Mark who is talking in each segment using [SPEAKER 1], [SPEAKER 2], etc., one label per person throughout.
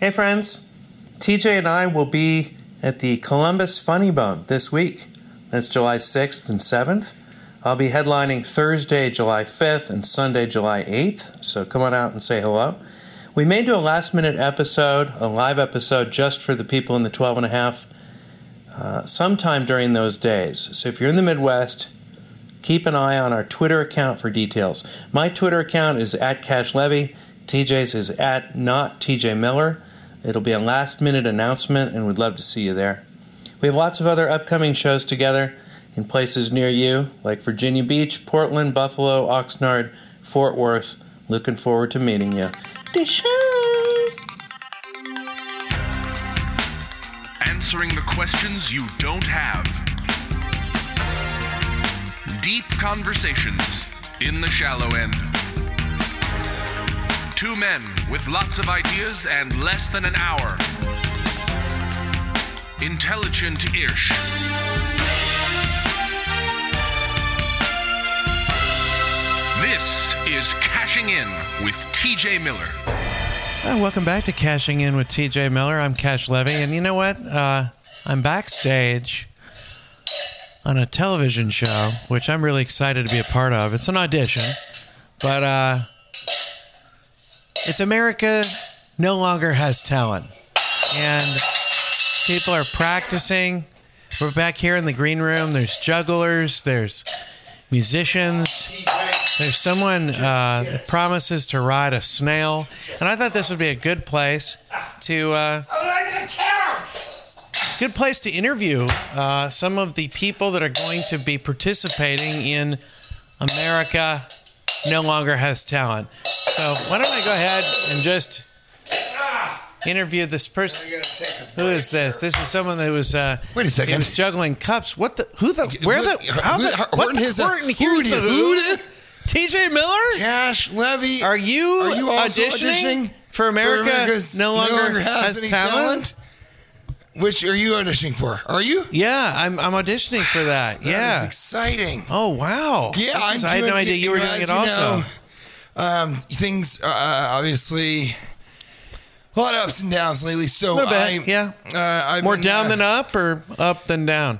[SPEAKER 1] Hey, friends. TJ and I will be at the Columbus Funny Bone this week. That's July 6th and 7th. I'll be headlining Thursday, July 5th, and Sunday, July 8th. So come on out and say hello. We may do a last minute episode, a live episode just for the people in the 12 and a half uh, sometime during those days. So if you're in the Midwest, keep an eye on our Twitter account for details. My Twitter account is at Cash Levy. TJ's is at not TJ Miller. It'll be a last minute announcement and we'd love to see you there. We have lots of other upcoming shows together in places near you, like Virginia Beach, Portland, Buffalo, Oxnard, Fort Worth. Looking forward to meeting you.
[SPEAKER 2] Answering the questions you don't have. Deep conversations in the shallow end. Two men with lots of ideas and less than an hour. Intelligent ish. This is Cashing In with TJ Miller.
[SPEAKER 1] Uh, welcome back to Cashing In with TJ Miller. I'm Cash Levy, and you know what? Uh, I'm backstage on a television show, which I'm really excited to be a part of. It's an audition, but uh, it's America no longer has talent, and people are practicing. We're back here in the green room. There's jugglers. There's musicians. There's someone uh, that promises to ride a snail, and I thought this would be a good place to uh,
[SPEAKER 3] Oh,
[SPEAKER 1] good place to interview uh, some of the people that are going to be participating in America No Longer Has Talent. So why don't I go ahead and just interview this person? Who is this? This is someone that was uh,
[SPEAKER 3] Wait a second.
[SPEAKER 1] He was juggling cups. What the? Who the? Where the?
[SPEAKER 3] Who-
[SPEAKER 1] How the?
[SPEAKER 3] who-
[SPEAKER 1] What
[SPEAKER 3] Horton
[SPEAKER 1] the?
[SPEAKER 3] is a-
[SPEAKER 1] Horton hears
[SPEAKER 3] who
[SPEAKER 1] the
[SPEAKER 3] the-
[SPEAKER 1] who?
[SPEAKER 3] who the-
[SPEAKER 1] T.J. Miller?
[SPEAKER 3] Cash Levy.
[SPEAKER 1] Are you,
[SPEAKER 3] Are you also
[SPEAKER 1] auditioning,
[SPEAKER 3] auditioning
[SPEAKER 1] for America?
[SPEAKER 3] America's
[SPEAKER 1] no longer, has,
[SPEAKER 3] any
[SPEAKER 1] talent?
[SPEAKER 3] Which are you auditioning for? Are you?
[SPEAKER 1] Yeah, I'm I'm auditioning for that.
[SPEAKER 3] It's
[SPEAKER 1] yeah.
[SPEAKER 3] exciting.
[SPEAKER 1] Oh wow.
[SPEAKER 3] Yeah,
[SPEAKER 1] This
[SPEAKER 3] I'm
[SPEAKER 1] is- I had
[SPEAKER 3] doing-
[SPEAKER 1] no idea you,
[SPEAKER 3] you
[SPEAKER 1] were
[SPEAKER 3] know,
[SPEAKER 1] doing
[SPEAKER 3] as
[SPEAKER 1] it
[SPEAKER 3] you
[SPEAKER 1] also.
[SPEAKER 3] know, Um, things uh, obviously a lot of ups and downs lately. So
[SPEAKER 1] Little bit,
[SPEAKER 3] I,
[SPEAKER 1] yeah.
[SPEAKER 3] uh, I've
[SPEAKER 1] More
[SPEAKER 3] been,
[SPEAKER 1] down
[SPEAKER 3] uh,
[SPEAKER 1] than up or up than down?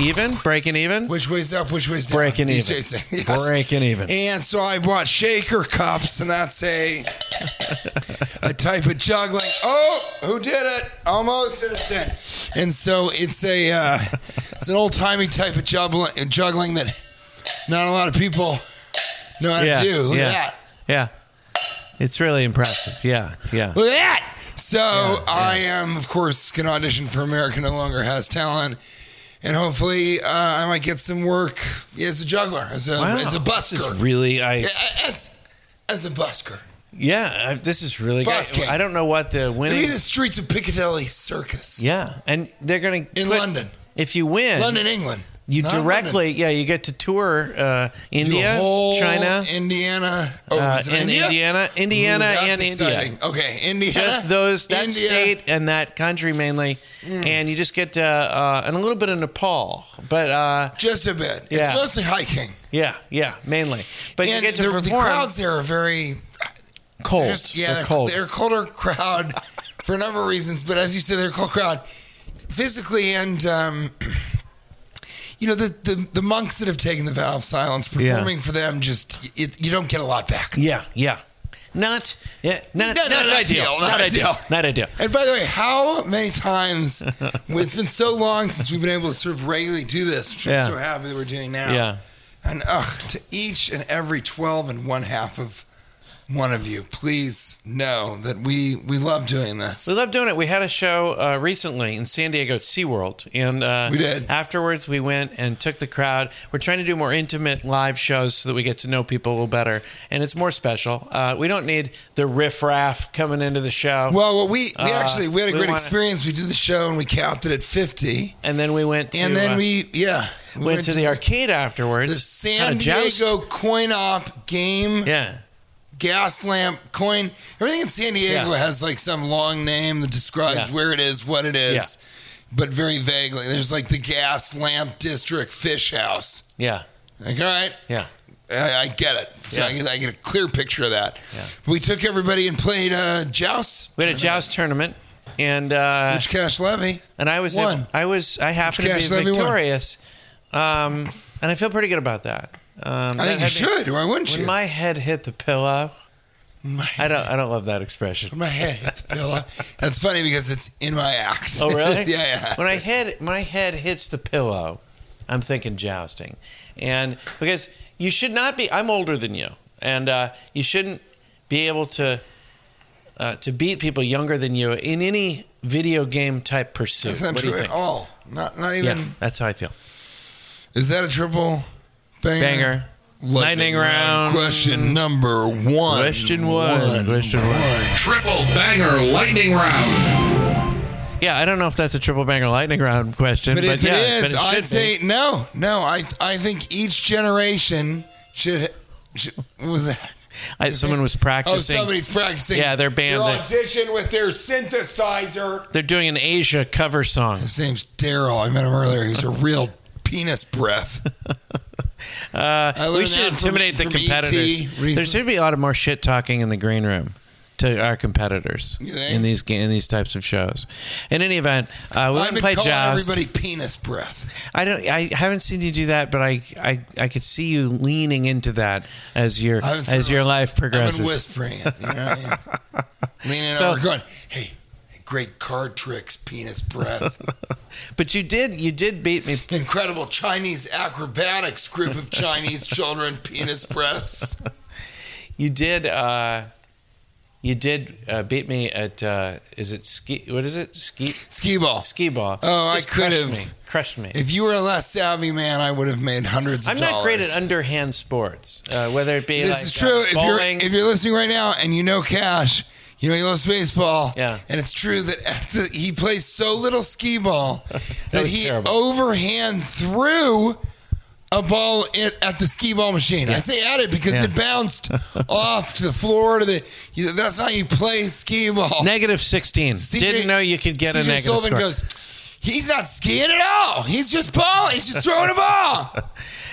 [SPEAKER 1] Even? Breaking even?
[SPEAKER 3] Which way's up? Which way's down?
[SPEAKER 1] Breaking
[SPEAKER 3] These
[SPEAKER 1] even.
[SPEAKER 3] days, yes.
[SPEAKER 1] Breaking even.
[SPEAKER 3] And so I bought shaker cups, and that's a a type of juggling. Oh, who did it? Almost innocent. And so it's a uh, it's an old timey type of juggling, juggling that not a lot of people know how
[SPEAKER 1] yeah.
[SPEAKER 3] to do. Look
[SPEAKER 1] yeah.
[SPEAKER 3] at that.
[SPEAKER 1] Yeah. It's really impressive. Yeah. Yeah.
[SPEAKER 3] Look at that. So
[SPEAKER 1] Yeah,
[SPEAKER 3] I am, of course, going to audition for America No Longer Has Talent. And hopefully, uh, I might get some work as a juggler, as a,
[SPEAKER 1] Wow.
[SPEAKER 3] as a
[SPEAKER 1] This is
[SPEAKER 3] busker.
[SPEAKER 1] really I
[SPEAKER 3] as as a busker.
[SPEAKER 1] Yeah, I- this is really
[SPEAKER 3] Bus
[SPEAKER 1] good.
[SPEAKER 3] King.
[SPEAKER 1] I don't know what the
[SPEAKER 3] It'd
[SPEAKER 1] winning
[SPEAKER 3] be the streets of Piccadilly Circus
[SPEAKER 1] Yeah, and they're going to
[SPEAKER 3] in London,
[SPEAKER 1] If you win,
[SPEAKER 3] London, England.
[SPEAKER 1] you
[SPEAKER 3] Not
[SPEAKER 1] directly, yeah, you get to tour uh,
[SPEAKER 3] London. Do a
[SPEAKER 1] India,
[SPEAKER 3] whole
[SPEAKER 1] China,
[SPEAKER 3] Indiana. Oh,
[SPEAKER 1] uh,
[SPEAKER 3] is it
[SPEAKER 1] and
[SPEAKER 3] India?
[SPEAKER 1] Indiana, Indiana,
[SPEAKER 3] Ooh,
[SPEAKER 1] and
[SPEAKER 3] that's
[SPEAKER 1] India.
[SPEAKER 3] exciting. Okay, Indiana.
[SPEAKER 1] Just those that
[SPEAKER 3] India. Hmm.
[SPEAKER 1] state and that country mainly, and you just get to, uh, and a little bit of Nepal, but uh,
[SPEAKER 3] Just a bit.
[SPEAKER 1] Yeah.
[SPEAKER 3] It's mostly hiking.
[SPEAKER 1] yeah, yeah, mainly. But you
[SPEAKER 3] and
[SPEAKER 1] get to
[SPEAKER 3] the,
[SPEAKER 1] perform
[SPEAKER 3] the crowds there are very
[SPEAKER 1] cold.
[SPEAKER 3] they're just- yeah,
[SPEAKER 1] They're
[SPEAKER 3] they're,
[SPEAKER 1] cold.
[SPEAKER 3] they're a colder crowd for a number of reasons, but as you said, they're a cold crowd physically and. Um, You know the, the the monks that have taken the vow of silence
[SPEAKER 1] Yeah.
[SPEAKER 3] performing for them just it, you don't get a lot back.
[SPEAKER 1] yeah, yeah. Not, yeah, not,
[SPEAKER 3] No,
[SPEAKER 1] not,
[SPEAKER 3] no, not
[SPEAKER 1] ideal.
[SPEAKER 3] ideal,
[SPEAKER 1] Not
[SPEAKER 3] not
[SPEAKER 1] ideal.
[SPEAKER 3] ideal.
[SPEAKER 1] Not ideal.
[SPEAKER 3] And by the way, how many times? well, it's been so long since we've been able to sort of regularly do this, which
[SPEAKER 1] Yeah.
[SPEAKER 3] I'm so happy that we're doing now.
[SPEAKER 1] Yeah.
[SPEAKER 3] And ugh, to each and every twelve and one half of one of you, please know that we we love doing this.
[SPEAKER 1] We love doing it. We had a show uh, recently in San Diego at SeaWorld. And uh,
[SPEAKER 3] We did.
[SPEAKER 1] Afterwards, we went and took the crowd. We're trying to do more intimate live shows so that we get to know people a little better. And it's more special. Uh, we don't need the riffraff coming into the show.
[SPEAKER 3] Well, what we we
[SPEAKER 1] Uh,
[SPEAKER 3] actually we had a
[SPEAKER 1] we
[SPEAKER 3] great
[SPEAKER 1] wanna-
[SPEAKER 3] experience. We did the show and we capped it at fifty,
[SPEAKER 1] and then we went to,
[SPEAKER 3] and then
[SPEAKER 1] uh,
[SPEAKER 3] we yeah we
[SPEAKER 1] went to the arcade afterwards.
[SPEAKER 3] the San
[SPEAKER 1] Had a joust.
[SPEAKER 3] Diego coin op game
[SPEAKER 1] Yeah.
[SPEAKER 3] gas lamp coin. Everything in San Diego
[SPEAKER 1] Yeah.
[SPEAKER 3] has like some long name that describes
[SPEAKER 1] Yeah.
[SPEAKER 3] where it is, what it is.
[SPEAKER 1] Yeah.
[SPEAKER 3] But very vaguely, there's like the gas lamp district fish house.
[SPEAKER 1] Yeah.
[SPEAKER 3] Like, all right,
[SPEAKER 1] Yeah.
[SPEAKER 3] I, I get it. So
[SPEAKER 1] Yeah.
[SPEAKER 3] I, get, I get a clear picture of that.
[SPEAKER 1] Yeah.
[SPEAKER 3] We took everybody and played uh, Joust,
[SPEAKER 1] We had a joust tournament, and uh,
[SPEAKER 3] which Cash Levy.
[SPEAKER 1] and I was
[SPEAKER 3] won?
[SPEAKER 1] I was I happened
[SPEAKER 3] Which
[SPEAKER 1] to be
[SPEAKER 3] cash levy won?
[SPEAKER 1] victorious, um, and I feel pretty good about that. Um,
[SPEAKER 3] I
[SPEAKER 1] that
[SPEAKER 3] think you
[SPEAKER 1] had me-
[SPEAKER 3] should. Why wouldn't
[SPEAKER 1] When
[SPEAKER 3] you?
[SPEAKER 1] my head hit the pillow,
[SPEAKER 3] My
[SPEAKER 1] I don't I don't love that expression.
[SPEAKER 3] My head hits the pillow. That's funny because it's in my act.
[SPEAKER 1] Oh really?
[SPEAKER 3] yeah, yeah.
[SPEAKER 1] When I head my head hits the pillow, I'm thinking jousting, and because you should not be. I'm older than you, and uh, you shouldn't be able to uh, to beat people younger than you in any video game type pursuit.
[SPEAKER 3] That's not
[SPEAKER 1] what
[SPEAKER 3] true
[SPEAKER 1] do you
[SPEAKER 3] at
[SPEAKER 1] think?
[SPEAKER 3] all. Not not even.
[SPEAKER 1] Yeah, that's how I feel.
[SPEAKER 3] Is that a triple banger?
[SPEAKER 1] Banger. Lightning round.
[SPEAKER 3] Question number one.
[SPEAKER 1] Question one. Question one.
[SPEAKER 2] Triple banger lightning round.
[SPEAKER 1] Yeah, I don't know if that's a triple banger lightning round question,
[SPEAKER 3] But
[SPEAKER 1] but,
[SPEAKER 3] if
[SPEAKER 1] yeah,
[SPEAKER 3] it
[SPEAKER 1] but
[SPEAKER 3] is,
[SPEAKER 1] it should
[SPEAKER 3] I'd
[SPEAKER 1] be.
[SPEAKER 3] say no, no. I I think each generation should. should what was that?
[SPEAKER 1] I, someone was
[SPEAKER 3] Oh,
[SPEAKER 1] practicing.
[SPEAKER 3] somebody's practicing.
[SPEAKER 1] Yeah, they're banned.
[SPEAKER 3] Their audition with their synthesizer.
[SPEAKER 1] They're doing an Asia cover song.
[SPEAKER 3] His name's Daryl. I met him earlier. He's a real penis breath. I
[SPEAKER 1] Uh, We
[SPEAKER 3] learned
[SPEAKER 1] should
[SPEAKER 3] that from-
[SPEAKER 1] intimidate the
[SPEAKER 3] from ET
[SPEAKER 1] competitors. there
[SPEAKER 3] recently.
[SPEAKER 1] should be a lot of more shit talking in the green room to our competitors
[SPEAKER 3] You think?
[SPEAKER 1] in these ga- in these types of shows. In any event, uh, we
[SPEAKER 3] I've
[SPEAKER 1] wouldn't
[SPEAKER 3] been
[SPEAKER 1] play
[SPEAKER 3] calling
[SPEAKER 1] jazz.
[SPEAKER 3] everybody penis breath.
[SPEAKER 1] I don't. I haven't seen you do that, but I I, I could see you leaning into that as your
[SPEAKER 3] I haven't seen
[SPEAKER 1] as
[SPEAKER 3] it.
[SPEAKER 1] your life
[SPEAKER 3] I've
[SPEAKER 1] progresses.
[SPEAKER 3] been whispering it. You know what I mean? Leaning
[SPEAKER 1] So-
[SPEAKER 3] over, going, "Hey, great card tricks, penis breath,
[SPEAKER 1] but you did you did beat me
[SPEAKER 3] incredible Chinese acrobatics, group of Chinese children, penis breaths."
[SPEAKER 1] You did. Uh, you did uh, beat me at. Uh, is it ski? What is it? Ski
[SPEAKER 3] Ski ball.
[SPEAKER 1] ski ball.
[SPEAKER 3] Oh, I
[SPEAKER 1] Just
[SPEAKER 3] could
[SPEAKER 1] crushed
[SPEAKER 3] have.
[SPEAKER 1] me. Crushed me.
[SPEAKER 3] If you were a less savvy man, I would have made hundreds of
[SPEAKER 1] I'm
[SPEAKER 3] dollars.
[SPEAKER 1] not great at underhand sports, uh, whether it be
[SPEAKER 3] This
[SPEAKER 1] like
[SPEAKER 3] is
[SPEAKER 1] uh,
[SPEAKER 3] true. if you're
[SPEAKER 1] bowling.
[SPEAKER 3] if you're listening right now and you know Cash, you know he loves baseball.
[SPEAKER 1] Yeah.
[SPEAKER 3] And it's true that at the, he plays so little skee ball that,
[SPEAKER 1] was
[SPEAKER 3] he
[SPEAKER 1] terrible.
[SPEAKER 3] overhand threw a ball at, at the skee ball machine. I
[SPEAKER 1] Yeah.
[SPEAKER 3] say at it because
[SPEAKER 1] Yeah.
[SPEAKER 3] it bounced off to the floor to the. You, that's how you play skee ball.
[SPEAKER 1] negative 16.
[SPEAKER 3] CJ
[SPEAKER 1] Didn't know you could get a
[SPEAKER 3] CJ
[SPEAKER 1] negative
[SPEAKER 3] Sullivan
[SPEAKER 1] score.
[SPEAKER 3] goes. He's not skiing at all. He's just balling. He's just throwing a ball.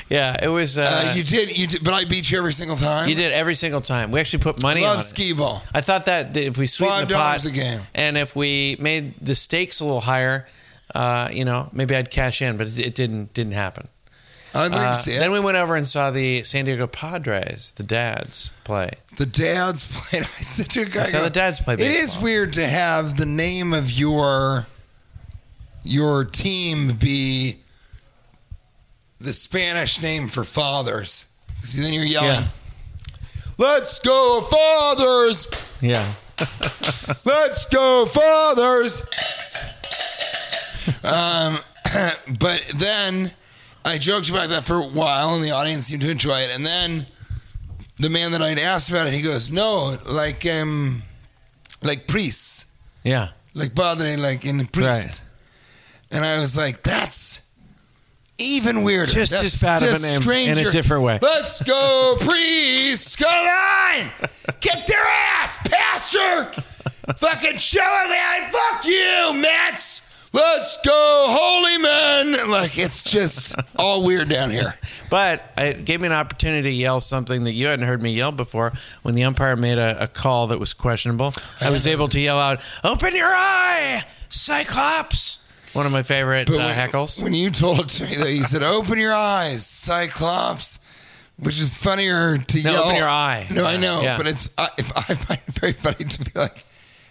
[SPEAKER 1] yeah, it was. Uh,
[SPEAKER 3] Uh, you
[SPEAKER 1] you,
[SPEAKER 3] did, you did, but I beat you every single time.
[SPEAKER 1] did every single time. We actually put money on
[SPEAKER 3] Love
[SPEAKER 1] it.
[SPEAKER 3] skee ball.
[SPEAKER 1] I thought that th- if we sweetened the
[SPEAKER 3] $5
[SPEAKER 1] pot
[SPEAKER 3] a game.
[SPEAKER 1] and if we made the stakes a little higher, uh, you know, maybe I'd cash in, but it, it didn't didn't happen.
[SPEAKER 3] I'd like
[SPEAKER 1] Uh,
[SPEAKER 3] to see it.
[SPEAKER 1] then we went over and saw the San Diego Padres, the dads play.
[SPEAKER 3] The dads played. I said to a guy,
[SPEAKER 1] I saw
[SPEAKER 3] I go,
[SPEAKER 1] the dads play
[SPEAKER 3] It
[SPEAKER 1] baseball.
[SPEAKER 3] is weird to have the name of your your team be the Spanish name for fathers. Because then you're yelling,
[SPEAKER 1] Yeah.
[SPEAKER 3] "Let's go fathers!
[SPEAKER 1] Yeah.
[SPEAKER 3] Let's go fathers!" um, but then I joked about that for a while, and the audience seemed to enjoy it. And then the man that I'd asked about it, he goes, "No, like um, like priests."
[SPEAKER 1] Yeah.
[SPEAKER 3] like padre, like in the priest.
[SPEAKER 1] Right.
[SPEAKER 3] And I was like, that's even weirder.
[SPEAKER 1] Just
[SPEAKER 3] That's
[SPEAKER 1] as bad of a name in a different way.
[SPEAKER 3] Let's go, priest. Go line. Kick their ass, pastor. Fucking show it, man. Fuck you, Mets. Let's go, holy men. Like, it's just all weird down here.
[SPEAKER 1] But it gave me an opportunity to yell something that you hadn't heard me yell before when the umpire made a, a call that was questionable. I was able to yell out, Open your eye, Cyclops! One of my favorite uh,
[SPEAKER 3] when-
[SPEAKER 1] heckles.
[SPEAKER 3] When you told it to me, though, you said, "Open your eyes, Cyclops," which is funnier to
[SPEAKER 1] No,
[SPEAKER 3] yell.
[SPEAKER 1] open your eye. Uh,
[SPEAKER 3] No, I know,
[SPEAKER 1] Yeah.
[SPEAKER 3] but it's I, if I find it very funny to be like,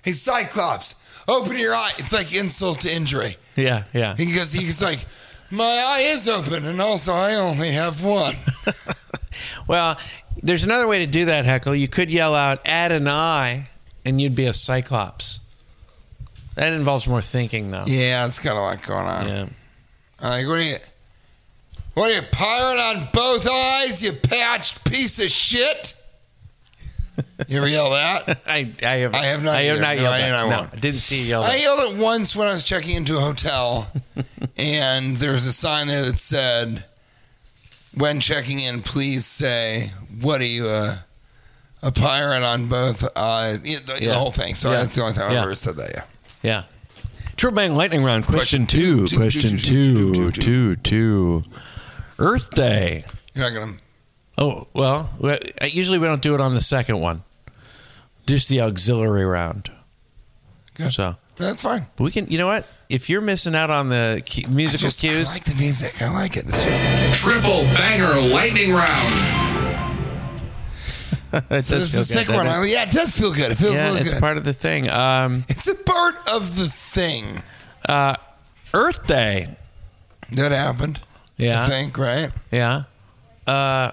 [SPEAKER 3] "Hey, Cyclops, open your eye." It's like insult to injury
[SPEAKER 1] Yeah, yeah.
[SPEAKER 3] because he's like, "My eye is open, and also I only have one."
[SPEAKER 1] Well, there's another way to do that heckle. You could yell out, Add an eye, and you'd be a Cyclops. That involves more thinking, though.
[SPEAKER 3] Yeah, it's got a lot going on.
[SPEAKER 1] yeah.
[SPEAKER 3] I'm like, what are you? What are you pirate on both eyes? You patched piece of shit. You ever yell that?
[SPEAKER 1] I, I have
[SPEAKER 3] I have not
[SPEAKER 1] I have
[SPEAKER 3] either.
[SPEAKER 1] not
[SPEAKER 3] No,
[SPEAKER 1] yelled
[SPEAKER 3] I-
[SPEAKER 1] that.
[SPEAKER 3] I
[SPEAKER 1] No,
[SPEAKER 3] won't.
[SPEAKER 1] I didn't see you yell
[SPEAKER 3] I
[SPEAKER 1] that.
[SPEAKER 3] yelled it once when I was checking into a hotel, and there was a sign there that said, "When checking in, please say what are you a, a pirate on both eyes?" You know, The, the
[SPEAKER 1] Yeah.
[SPEAKER 3] whole thing. So
[SPEAKER 1] Yeah.
[SPEAKER 3] that's the only time I've
[SPEAKER 1] Yeah.
[SPEAKER 3] ever said that. Yeah.
[SPEAKER 1] Yeah. True bang lightning round. Question,
[SPEAKER 3] Question two,
[SPEAKER 1] two.
[SPEAKER 3] two,
[SPEAKER 1] Question
[SPEAKER 3] two, two,
[SPEAKER 1] two.
[SPEAKER 3] two,
[SPEAKER 1] Two. Two. Earth Day.
[SPEAKER 3] You're not gonna.
[SPEAKER 1] Oh well, we- usually we don't do it on the second one. Just the auxiliary round.
[SPEAKER 3] Good.
[SPEAKER 1] So
[SPEAKER 3] That's fine.
[SPEAKER 1] we can. You know what? If you're missing out on the cu- musical
[SPEAKER 3] Just, I
[SPEAKER 1] cues,
[SPEAKER 3] like the music. I like it. It's just okay.
[SPEAKER 2] Triple banger lightning round.
[SPEAKER 1] it does
[SPEAKER 3] It's
[SPEAKER 1] feel
[SPEAKER 3] the
[SPEAKER 1] good,
[SPEAKER 3] second one.
[SPEAKER 1] doesn't it?
[SPEAKER 3] Yeah, it does feel good. It feels a
[SPEAKER 1] Yeah,
[SPEAKER 3] little
[SPEAKER 1] it's
[SPEAKER 3] good.
[SPEAKER 1] part of the thing. Um,
[SPEAKER 3] it's a part of the thing
[SPEAKER 1] Earth Day.
[SPEAKER 3] that happened. I
[SPEAKER 1] Yeah,
[SPEAKER 3] think, right?
[SPEAKER 1] yeah. Uh,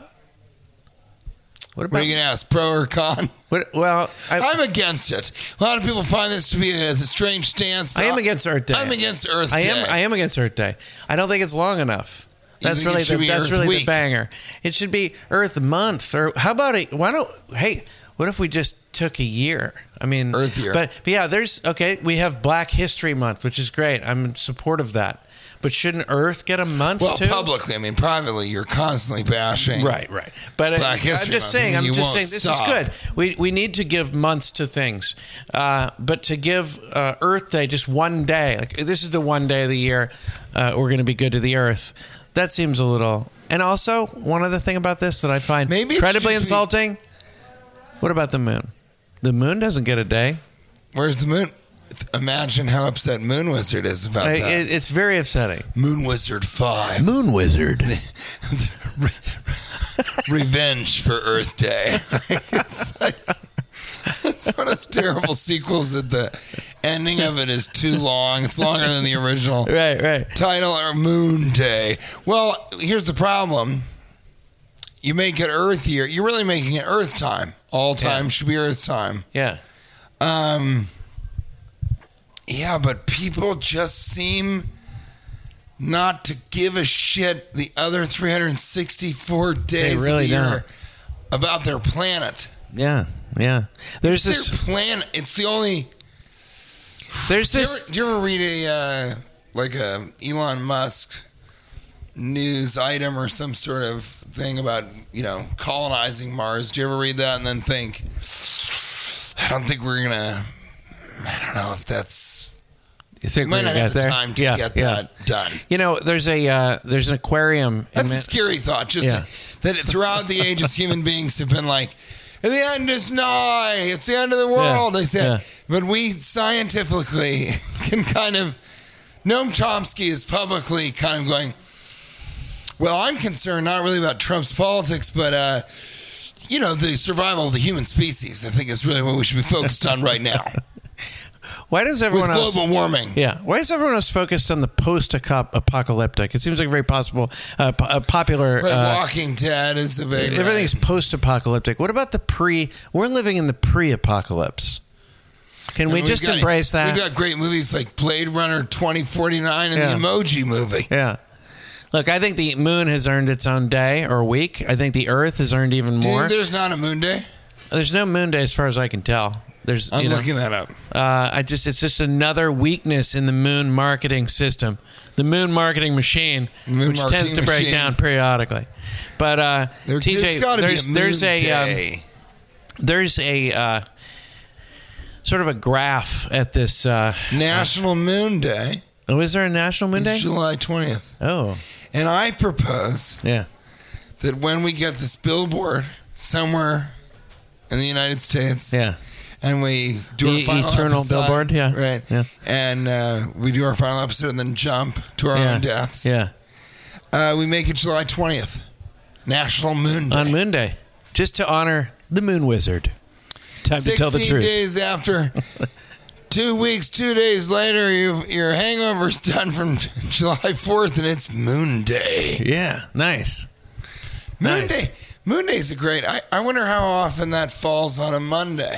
[SPEAKER 1] what
[SPEAKER 3] What
[SPEAKER 1] about?
[SPEAKER 3] are you going to ask? Pro or con?
[SPEAKER 1] what, well, I,
[SPEAKER 3] I'm against it. A lot of people find this to be a, a strange stance. but
[SPEAKER 1] I am against Earth Day.
[SPEAKER 3] I'm against Earth
[SPEAKER 1] I
[SPEAKER 3] Day.
[SPEAKER 1] am. I am against Earth Day. I don't think it's long enough.
[SPEAKER 3] You
[SPEAKER 1] That's
[SPEAKER 3] think it
[SPEAKER 1] really
[SPEAKER 3] should
[SPEAKER 1] the,
[SPEAKER 3] be
[SPEAKER 1] that's
[SPEAKER 3] Earth
[SPEAKER 1] really the
[SPEAKER 3] Week?
[SPEAKER 1] banger. It should be Earth Month, or how about it? Why don't? Hey, what if we just took a year? I mean,
[SPEAKER 3] Earth year.
[SPEAKER 1] But, but yeah, there's okay. We have Black History Month, which is great. I'm in support of that. But shouldn't Earth get a month
[SPEAKER 3] well,
[SPEAKER 1] too?
[SPEAKER 3] publicly, I mean, privately, you're constantly bashing.
[SPEAKER 1] Right, right. But
[SPEAKER 3] Black
[SPEAKER 1] I, I'm
[SPEAKER 3] History
[SPEAKER 1] just
[SPEAKER 3] Month.
[SPEAKER 1] saying. I'm
[SPEAKER 3] You
[SPEAKER 1] just
[SPEAKER 3] won't
[SPEAKER 1] saying. This
[SPEAKER 3] stop.
[SPEAKER 1] is good. We we need to give months to things, uh, but to give uh, Earth Day just one day. Like this is the one day of the year uh, we're going to be good to the Earth. That seems a little. And also, one other thing about this that I find
[SPEAKER 3] Maybe it should
[SPEAKER 1] incredibly
[SPEAKER 3] just be-
[SPEAKER 1] insulting. What about the moon? The moon doesn't get a day.
[SPEAKER 3] Where's the moon? Imagine how upset Moon Wizard is about
[SPEAKER 1] I-
[SPEAKER 3] that.
[SPEAKER 1] it- it's very upsetting.
[SPEAKER 3] moon Wizard 5.
[SPEAKER 1] Moon wizard.
[SPEAKER 3] Re- Revenge for Earth Day. it's like, it's one of those terrible sequels that the ending of it is too long. It's longer than the original.
[SPEAKER 1] right, right.
[SPEAKER 3] title or Moon Day. Well, here's the problem. You make it Earth year. You're really making it Earth time. All time
[SPEAKER 1] Yeah.
[SPEAKER 3] should be Earth time.
[SPEAKER 1] Yeah.
[SPEAKER 3] Um, yeah, but people just seem not to give a shit the other 364 days
[SPEAKER 1] really
[SPEAKER 3] of the year
[SPEAKER 1] don't.
[SPEAKER 3] about their planet.
[SPEAKER 1] Yeah. Yeah. There's
[SPEAKER 3] Their
[SPEAKER 1] this.
[SPEAKER 3] planet. It's the only.
[SPEAKER 1] There's
[SPEAKER 3] Do you,
[SPEAKER 1] this.
[SPEAKER 3] ever, do you ever read a uh, like a Elon Musk news item or some sort of thing about you know colonizing Mars? Do you ever read that and then think, I don't think we're gonna. I don't know if that's.
[SPEAKER 1] You think
[SPEAKER 3] We
[SPEAKER 1] we
[SPEAKER 3] might not
[SPEAKER 1] got
[SPEAKER 3] have the
[SPEAKER 1] there?
[SPEAKER 3] time to
[SPEAKER 1] Yeah,
[SPEAKER 3] get
[SPEAKER 1] yeah.
[SPEAKER 3] that done.
[SPEAKER 1] You know, there's a uh, there's an aquarium.
[SPEAKER 3] That's
[SPEAKER 1] in
[SPEAKER 3] a
[SPEAKER 1] Ma-
[SPEAKER 3] scary thought. Just
[SPEAKER 1] Yeah.
[SPEAKER 3] that throughout the ages, human beings have been like, the end is nigh. It's the end of the world. They said,
[SPEAKER 1] yeah.
[SPEAKER 3] but we scientifically can kind of. Noam Chomsky is publicly kind of going. Well, I'm concerned not really about Trump's politics, but uh, you know the survival of the human species. I think is really what we should be focused on right now
[SPEAKER 1] why does
[SPEAKER 3] with
[SPEAKER 1] everyone else?
[SPEAKER 3] global warming.
[SPEAKER 1] Yeah, why is everyone else focused on the post-apocalyptic? It seems like a very possible, uh, po- a popular.
[SPEAKER 3] Right,
[SPEAKER 1] uh,
[SPEAKER 3] Walking Dead is the big.
[SPEAKER 1] everything's post-apocalyptic. What about the pre? We're living in the pre-apocalypse. Can we
[SPEAKER 3] And we've
[SPEAKER 1] just
[SPEAKER 3] got-
[SPEAKER 1] embrace that?
[SPEAKER 3] We've got great movies like Blade Runner 2049 and
[SPEAKER 1] Yeah.
[SPEAKER 3] the Emoji movie.
[SPEAKER 1] yeah. Look, I think the moon has earned its own day or week. I think the Earth has earned even
[SPEAKER 3] Do you
[SPEAKER 1] more.
[SPEAKER 3] think there's not a moon day?
[SPEAKER 1] There's no moon day, as far as I can tell. There's,
[SPEAKER 3] I'm
[SPEAKER 1] you know,
[SPEAKER 3] looking that up.
[SPEAKER 1] Uh, I just it's just another weakness in the moon marketing system, the moon marketing machine,
[SPEAKER 3] Moon
[SPEAKER 1] which
[SPEAKER 3] marketing
[SPEAKER 1] tends to break
[SPEAKER 3] machine.
[SPEAKER 1] down periodically. But uh,
[SPEAKER 3] There,
[SPEAKER 1] TJ,
[SPEAKER 3] has got to be a
[SPEAKER 1] there's
[SPEAKER 3] moon
[SPEAKER 1] there's a um,
[SPEAKER 3] day.
[SPEAKER 1] there's a uh, sort of a graph at this. Uh,
[SPEAKER 3] National Moon Day
[SPEAKER 1] oh, is there a national moon day?
[SPEAKER 3] is July 20th.
[SPEAKER 1] Oh,
[SPEAKER 3] And I propose
[SPEAKER 1] yeah.
[SPEAKER 3] that when we get this billboard somewhere in the United States
[SPEAKER 1] Yeah,
[SPEAKER 3] and we do
[SPEAKER 1] The
[SPEAKER 3] our final
[SPEAKER 1] eternal
[SPEAKER 3] episode,
[SPEAKER 1] billboard, yeah.
[SPEAKER 3] Right.
[SPEAKER 1] Yeah.
[SPEAKER 3] And uh, we do our final episode and then jump to our
[SPEAKER 1] yeah,
[SPEAKER 3] own deaths.
[SPEAKER 1] yeah.
[SPEAKER 3] Uh, we make it July 20th. National Moon Day.
[SPEAKER 1] On Moon Day, just to honor the Moon Wizard. Time to
[SPEAKER 3] 16
[SPEAKER 1] tell the truth.
[SPEAKER 3] days after, two weeks, two days later, you, your hangover's done from July 4th, and it's Moon Day.
[SPEAKER 1] Yeah, nice.
[SPEAKER 3] Moon
[SPEAKER 1] Nice.
[SPEAKER 3] Day. Moon Day's a great. I, I wonder how often that falls on a Monday.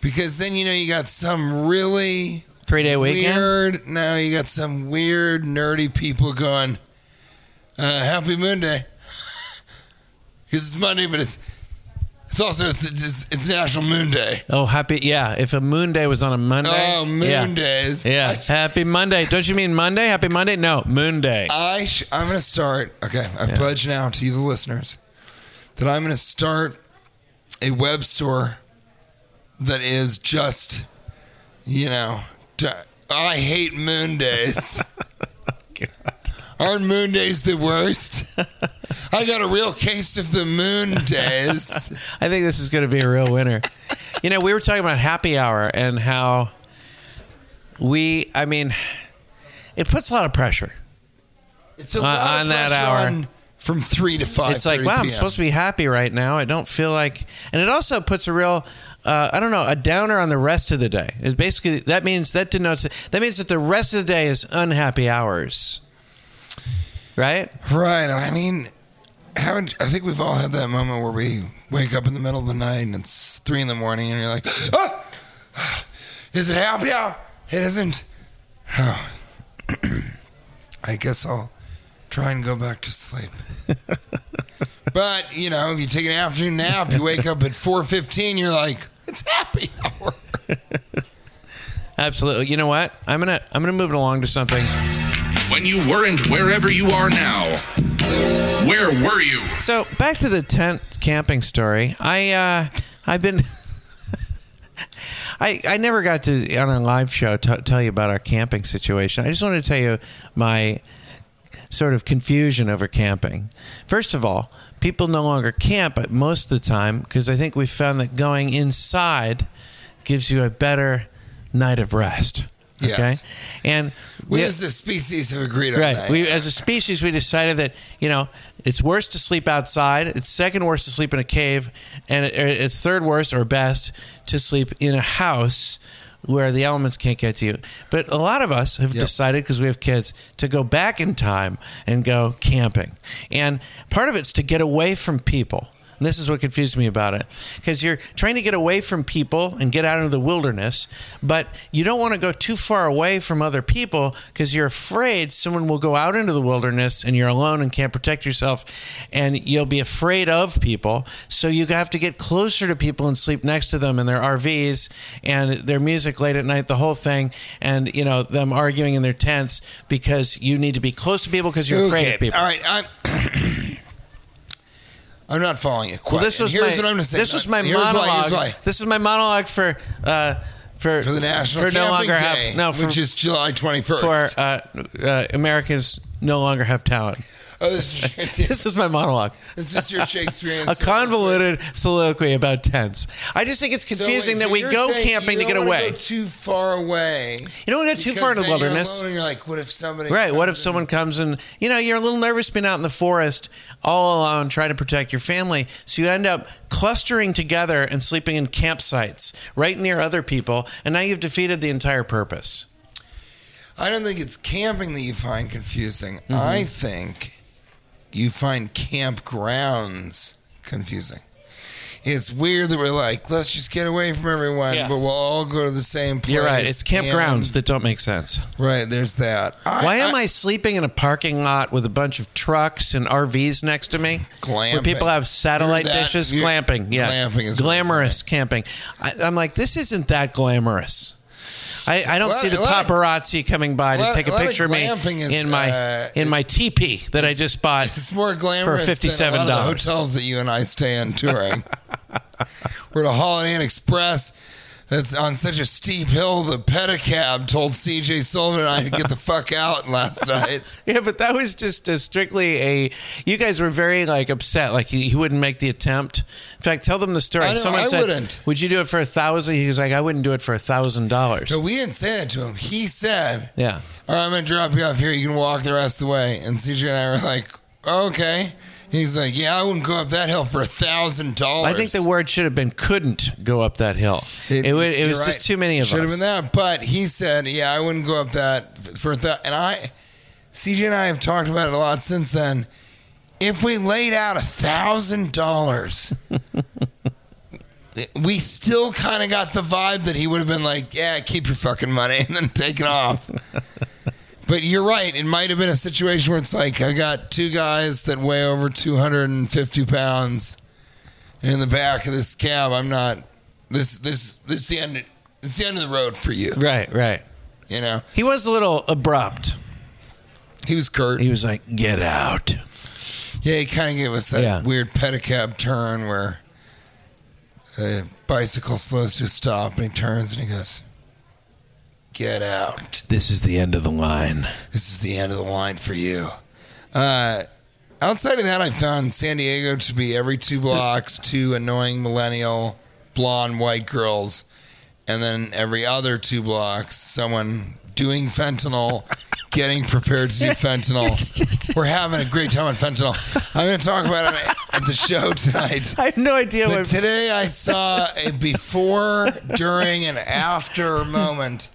[SPEAKER 3] Because then you know you got some really
[SPEAKER 1] Three day weekend.
[SPEAKER 3] weird. Now you got some weird nerdy people going, uh, "Happy Moon Day," because it's Monday, but it's it's also it's, it's, it's National Moon Day.
[SPEAKER 1] Oh, happy! Yeah, if a moon day was on a Monday.
[SPEAKER 3] Oh, Moon
[SPEAKER 1] yeah.
[SPEAKER 3] Days.
[SPEAKER 1] Yeah,
[SPEAKER 3] I sh-
[SPEAKER 1] happy Monday. Don't you mean Monday? Happy Monday? No, Moon Day.
[SPEAKER 3] I sh- I'm going to start. Okay, I pledge now to you, the listeners, that I'm going to start a web store that is just, you know, d- I hate moon days. Aren't moon days the worst? I got a real case of the moon days.
[SPEAKER 1] I think this is going to be a real winner. you know, we were talking about happy hour and how we, I mean, it puts a lot of pressure.
[SPEAKER 3] It's a
[SPEAKER 1] On-
[SPEAKER 3] lot
[SPEAKER 1] Uh, on
[SPEAKER 3] of
[SPEAKER 1] that
[SPEAKER 3] pressure
[SPEAKER 1] hour.
[SPEAKER 3] on from three to five.
[SPEAKER 1] It's like, wow, I'm supposed to be happy right now. I don't feel like, and it also puts a real, uh, I don't know, a downer on the rest of the day. It's basically that means that denotes that means that the rest of the day is unhappy hours, right?
[SPEAKER 3] be right. and I mean, haven't I think we've all had that moment where we wake up in the middle of the night and it's three in the morning, and you're like, ah, is it happy hour? It isn't. Oh. I guess I'll try and go back to sleep. but you know, if you take an afternoon nap, you wake up at four fifteen, you're like, it's happy hour.
[SPEAKER 1] Absolutely. You know what? I'm gonna I'm gonna move it along to something.
[SPEAKER 2] When you weren't wherever you are now, where were you?
[SPEAKER 1] So back to the tent camping story. I uh, I've been. I, I never got to on a live show t- tell you about our camping situation. I just wanted to tell you my sort of confusion over camping. First of all, people no longer camp at most of the time because I think we found that going inside gives you a better night of rest. Okay,
[SPEAKER 3] Yes.
[SPEAKER 1] and
[SPEAKER 3] We
[SPEAKER 1] yeah-
[SPEAKER 3] as a species have agreed on
[SPEAKER 1] Right.
[SPEAKER 3] that.
[SPEAKER 1] We, as a species, we decided that you know it's worse to sleep outside. It's second worst to sleep in a cave, and it, er, it's third worst or best to sleep in a house where the elements can't get to you. But a lot of us have decided because we have kids to go back in time and go camping, and part of it's to get away from people. And this is what confused me about it because you're trying to get away from people and get out into the wilderness, but you don't want to go too far away from other people because you're afraid someone will go out into the wilderness and you're alone and can't protect yourself and you'll be afraid of people. So you have to get closer to people and sleep next to them in their RVs and their music late at night, the whole thing, and you know, them arguing in their tents because you need to be close to people because you're afraid of people.
[SPEAKER 3] All right, I'm. I'm not following you. Quite.
[SPEAKER 1] Well, this
[SPEAKER 3] And
[SPEAKER 1] was
[SPEAKER 3] here's
[SPEAKER 1] my,
[SPEAKER 3] what I'm going to say.
[SPEAKER 1] This was my
[SPEAKER 3] Here's why,
[SPEAKER 1] monologue.
[SPEAKER 3] here's why.
[SPEAKER 1] This is my monologue for uh, for
[SPEAKER 3] For the National
[SPEAKER 1] for no
[SPEAKER 3] Camping
[SPEAKER 1] longer
[SPEAKER 3] Day,
[SPEAKER 1] have no for,
[SPEAKER 3] which is July 21st.
[SPEAKER 1] for uh, uh, Americans no longer have talent.
[SPEAKER 3] oh, this, is,
[SPEAKER 1] This is my monologue.
[SPEAKER 3] this is your Shakespearean.
[SPEAKER 1] A convoluted soliloquy about tents. I just think it's
[SPEAKER 3] So
[SPEAKER 1] confusing
[SPEAKER 3] wait,
[SPEAKER 1] that
[SPEAKER 3] so
[SPEAKER 1] we
[SPEAKER 3] you're
[SPEAKER 1] go
[SPEAKER 3] saying
[SPEAKER 1] camping
[SPEAKER 3] you
[SPEAKER 1] to get
[SPEAKER 3] don't wanna
[SPEAKER 1] away.
[SPEAKER 3] Go too far away.
[SPEAKER 1] you don't want to go too far in the wilderness.
[SPEAKER 3] You're, alone and you're like, what if somebody?
[SPEAKER 1] Right. What if
[SPEAKER 3] comes
[SPEAKER 1] someone comes and you know you're a little nervous being out in the forest all alone, trying to protect your family, so you end up clustering together and sleeping in campsites right near other people, and now you've defeated the entire purpose.
[SPEAKER 3] and- I don't think it's camping that you find confusing.
[SPEAKER 1] Mm-hmm.
[SPEAKER 3] I think you find campgrounds confusing. It's weird that we're like, let's just get away from everyone,
[SPEAKER 1] Yeah.
[SPEAKER 3] but we'll all go to the same place.
[SPEAKER 1] You're right. It's
[SPEAKER 3] and-
[SPEAKER 1] campgrounds that don't make sense.
[SPEAKER 3] Right, there's that.
[SPEAKER 1] Why am I sleeping in a parking lot with a bunch of trucks and RVs next to me? Where
[SPEAKER 3] Glamping.
[SPEAKER 1] people have satellite
[SPEAKER 3] You're that-
[SPEAKER 1] dishes.
[SPEAKER 3] you're-
[SPEAKER 1] Glamping. Yeah.
[SPEAKER 3] glamping is what I'm
[SPEAKER 1] glamorous camping. I, I'm like, this isn't that glamorous. I, I don't
[SPEAKER 3] Well,
[SPEAKER 1] see the
[SPEAKER 3] a lot of-
[SPEAKER 1] paparazzi coming by to
[SPEAKER 3] lot-
[SPEAKER 1] take a
[SPEAKER 3] a lot of
[SPEAKER 1] picture of me
[SPEAKER 3] glamping is,
[SPEAKER 1] in my
[SPEAKER 3] uh,
[SPEAKER 1] in my teepee that I just bought.
[SPEAKER 3] It's more glamorous
[SPEAKER 1] for
[SPEAKER 3] than a lot of the
[SPEAKER 1] $57.
[SPEAKER 3] hotels that you and I stay in touring. We're at a Holiday Inn Express that's on such a steep hill. The pedicab told CJ Sullivan and I to get the fuck out last night.
[SPEAKER 1] Yeah, but that was just a strictly a. You guys were very like upset, like he, he wouldn't make the attempt. In fact, tell them the story.
[SPEAKER 3] I know,
[SPEAKER 1] Someone
[SPEAKER 3] I
[SPEAKER 1] said,
[SPEAKER 3] wouldn't.
[SPEAKER 1] "Would you do it for a thousand? He was like, "I wouldn't do it for a thousand dollars."
[SPEAKER 3] But we didn't say that to him. He said,
[SPEAKER 1] Yeah.
[SPEAKER 3] All right, I'm going to drop you off here. You can walk the rest of the way. And CJ and I were like, Okay. And he's like, Yeah, I wouldn't go up that hill for a thousand dollars.
[SPEAKER 1] I think the word should have been couldn't go up that hill. It, wa- it
[SPEAKER 3] you're
[SPEAKER 1] was
[SPEAKER 3] right.
[SPEAKER 1] just too many of
[SPEAKER 3] Should
[SPEAKER 1] us.
[SPEAKER 3] have been that. But he said, "Yeah, I wouldn't go up that f- for that." And I, CJ and I have talked about it a lot since then. If we laid out a thousand dollars, we still kind of got the vibe that he would have been like, "Yeah, keep your fucking money," and then taken off. But you're right. It might have been a situation where it's like I got two guys that weigh over 250 pounds in the back of this cab. I'm not. This this this is the end. It's the end of the road for you.
[SPEAKER 1] Right, right.
[SPEAKER 3] You know.
[SPEAKER 1] He was a little abrupt.
[SPEAKER 3] He was curt.
[SPEAKER 1] He was like, "Get out."
[SPEAKER 3] yeah, he kind of gave us that
[SPEAKER 1] Yeah.
[SPEAKER 3] weird pedicab turn where a bicycle slows to a stop and he turns and he goes, "Get out."
[SPEAKER 1] This is the end of the line.
[SPEAKER 3] This is the end of the line for you. Uh, outside of that, I found San Diego to be every two blocks, two annoying millennial blonde white girls, and then every other two blocks, someone doing fentanyl, getting prepared to do fentanyl. We're having a great time on fentanyl. I'm going to talk about it at the show tonight.
[SPEAKER 1] I have no idea
[SPEAKER 3] But
[SPEAKER 1] what.
[SPEAKER 3] today I saw a before, during, and after moment.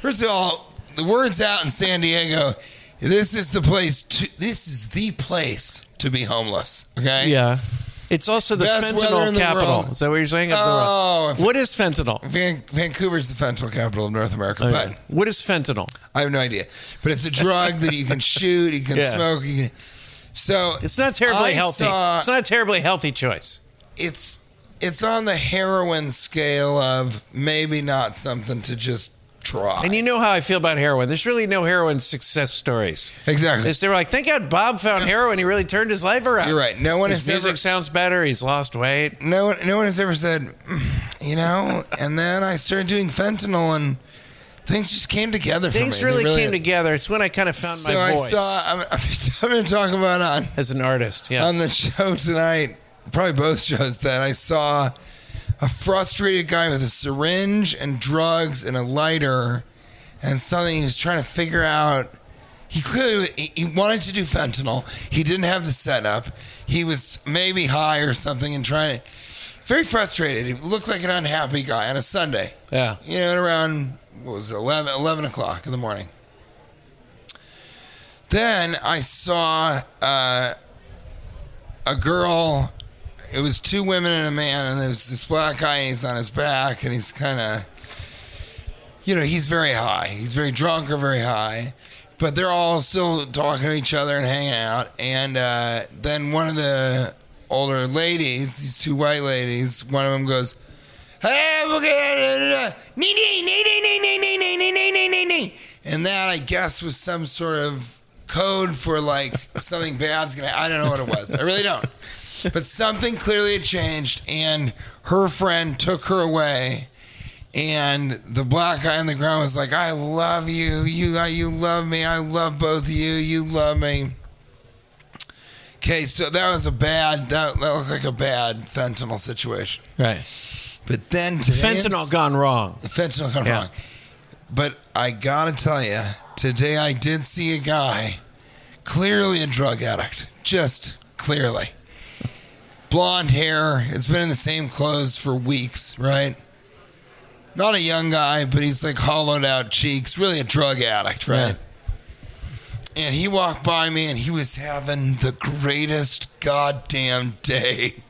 [SPEAKER 3] First of all, the word's out in San Diego. This is the place. To, this is the place to be homeless. Okay.
[SPEAKER 1] yeah. It's also the
[SPEAKER 3] Best weather
[SPEAKER 1] fentanyl
[SPEAKER 3] in the
[SPEAKER 1] capital.
[SPEAKER 3] world.
[SPEAKER 1] Is that what you're saying? Of the
[SPEAKER 3] Oh,
[SPEAKER 1] world. what is fentanyl?
[SPEAKER 3] Van, Vancouver's the fentanyl capital of North America, but
[SPEAKER 1] Okay. What is fentanyl?
[SPEAKER 3] I have no idea. But it's a drug that you can shoot, you can
[SPEAKER 1] Yeah.
[SPEAKER 3] smoke. You can, so
[SPEAKER 1] It's not terribly
[SPEAKER 3] I
[SPEAKER 1] healthy.
[SPEAKER 3] saw-
[SPEAKER 1] it's not a terribly healthy choice.
[SPEAKER 3] it's it's on the heroin scale of maybe not something to just try.
[SPEAKER 1] And you know how I feel about heroin. There's really no heroin success stories.
[SPEAKER 3] exactly.
[SPEAKER 1] It's, they were like, thank God Bob found heroin. He really turned his life around.
[SPEAKER 3] You're right. No one
[SPEAKER 1] Uh, his
[SPEAKER 3] has
[SPEAKER 1] music
[SPEAKER 3] ever-
[SPEAKER 1] sounds better. He's lost weight.
[SPEAKER 3] no one, no one has ever said, "Mm," you know. and then I started doing fentanyl, and things just came together. For me.
[SPEAKER 1] Things
[SPEAKER 3] They
[SPEAKER 1] really, came together. It's when I kind of found
[SPEAKER 3] So
[SPEAKER 1] my
[SPEAKER 3] I
[SPEAKER 1] voice
[SPEAKER 3] saw. I'm, I'm going to talk about on
[SPEAKER 1] as an artist. Yeah.
[SPEAKER 3] on the show tonight, probably both shows, that I saw a frustrated guy with a syringe and drugs and a lighter and something he was trying to figure out. He clearly he he wanted to do fentanyl. He didn't have the setup. He was maybe high or something and trying to. Very frustrated. He looked like an unhappy guy on a Sunday
[SPEAKER 1] yeah.
[SPEAKER 3] you know, at around what was it, 11, 11 o'clock in the morning. Then I saw uh, a girl. It was two women and a man, and there was this black guy, and he's on his back, and he's kind of, you know, he's very high. He's very drunk or very high, but they're all still talking to each other and hanging out. And uh, then one of the older ladies, these two white lades, one of them goes, Hey, uh, look at- nee, nee, nee, nee, nee, nee, nee, nee, nee, nee, nee, nee, nee. And that, I guess, was some sort of code for like something bad's gonna. I don't know what it was. I really don't. But something clearly had changed, and her friend took her away. And the black guy on the ground was like, "I love you. You, uh, you love me. I love both of you. You love me." Okay, so that was a bad. That, that looked like a bad fentanyl situation.
[SPEAKER 1] Right.
[SPEAKER 3] But then today
[SPEAKER 1] Fentanyl gone wrong.
[SPEAKER 3] fentanyl gone
[SPEAKER 1] Yeah.
[SPEAKER 3] wrong. But I gotta tell you, today I did see a guy, clearly a drug addict, just clearly. Blonde hair, has been in the same clothes for weeks, right? Not a young guy, but he's like hollowed out cheeks, really a drug addict, right? And he walked by me and he was having the greatest goddamn day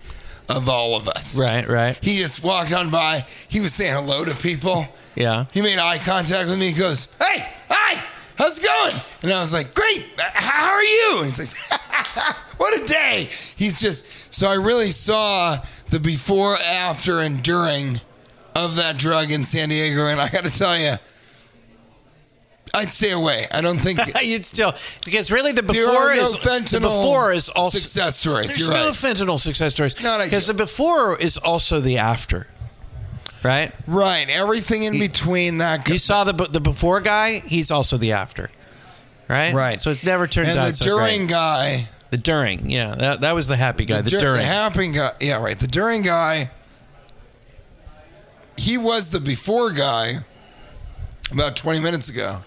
[SPEAKER 3] of all of us.
[SPEAKER 1] Right. Right.
[SPEAKER 3] He just walked on by. He was saying hello to people.
[SPEAKER 1] Yeah.
[SPEAKER 3] He made eye contact with me. He goes, "Hey, hi, how's it going?" And I was like, "Great. How are you?" And he's like, "What a day." He's just so I really saw the before, after, and during of that drug in San Diego, and I got to tell you, I'd stay away. I don't think.
[SPEAKER 1] You'd still because really the
[SPEAKER 3] There
[SPEAKER 1] before
[SPEAKER 3] are no
[SPEAKER 1] is the
[SPEAKER 3] fentanyl
[SPEAKER 1] before is also
[SPEAKER 3] success stories.
[SPEAKER 1] There's
[SPEAKER 3] You're
[SPEAKER 1] no
[SPEAKER 3] right.
[SPEAKER 1] fentanyl success stories
[SPEAKER 3] Not ideal.
[SPEAKER 1] because the before is also the after, right?
[SPEAKER 3] right. Everything in between that.
[SPEAKER 1] You saw the the before guy; he's also the after, right?
[SPEAKER 3] Right.
[SPEAKER 1] So it never turns
[SPEAKER 3] and
[SPEAKER 1] out
[SPEAKER 3] the
[SPEAKER 1] so
[SPEAKER 3] during
[SPEAKER 1] great.
[SPEAKER 3] guy.
[SPEAKER 1] The during, yeah, that, that was the happy guy. The,
[SPEAKER 3] Dur-
[SPEAKER 1] during,
[SPEAKER 3] The happen guy. Yeah, right. The during guy. He was the before guy about 20 minutes ago.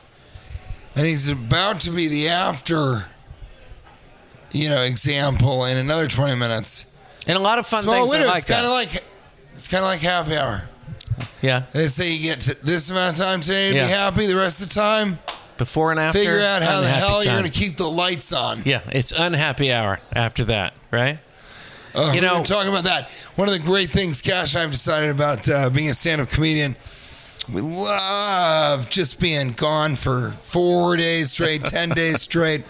[SPEAKER 3] And he's about to be the after, you know, example in another 20 minutes.
[SPEAKER 1] and a lot of fun
[SPEAKER 3] Small
[SPEAKER 1] things
[SPEAKER 3] window.
[SPEAKER 1] are like
[SPEAKER 3] it's
[SPEAKER 1] that.
[SPEAKER 3] kind of like it's kind of like happy hour.
[SPEAKER 1] yeah,
[SPEAKER 3] They say you get to this amount of time today to
[SPEAKER 1] Yeah.
[SPEAKER 3] be happy. The rest of the time,
[SPEAKER 1] before and after.
[SPEAKER 3] figure out how the
[SPEAKER 1] unhappy
[SPEAKER 3] hell you're
[SPEAKER 1] time.
[SPEAKER 3] going to keep the lights on.
[SPEAKER 1] Yeah, it's unhappy hour after that, right?
[SPEAKER 3] Oh,
[SPEAKER 1] You
[SPEAKER 3] we
[SPEAKER 1] know-
[SPEAKER 3] were talking about that. One of the great things, Cash, and I've decided about uh, being a stand-up comedian. We love just being gone for four days straight, ten days straight.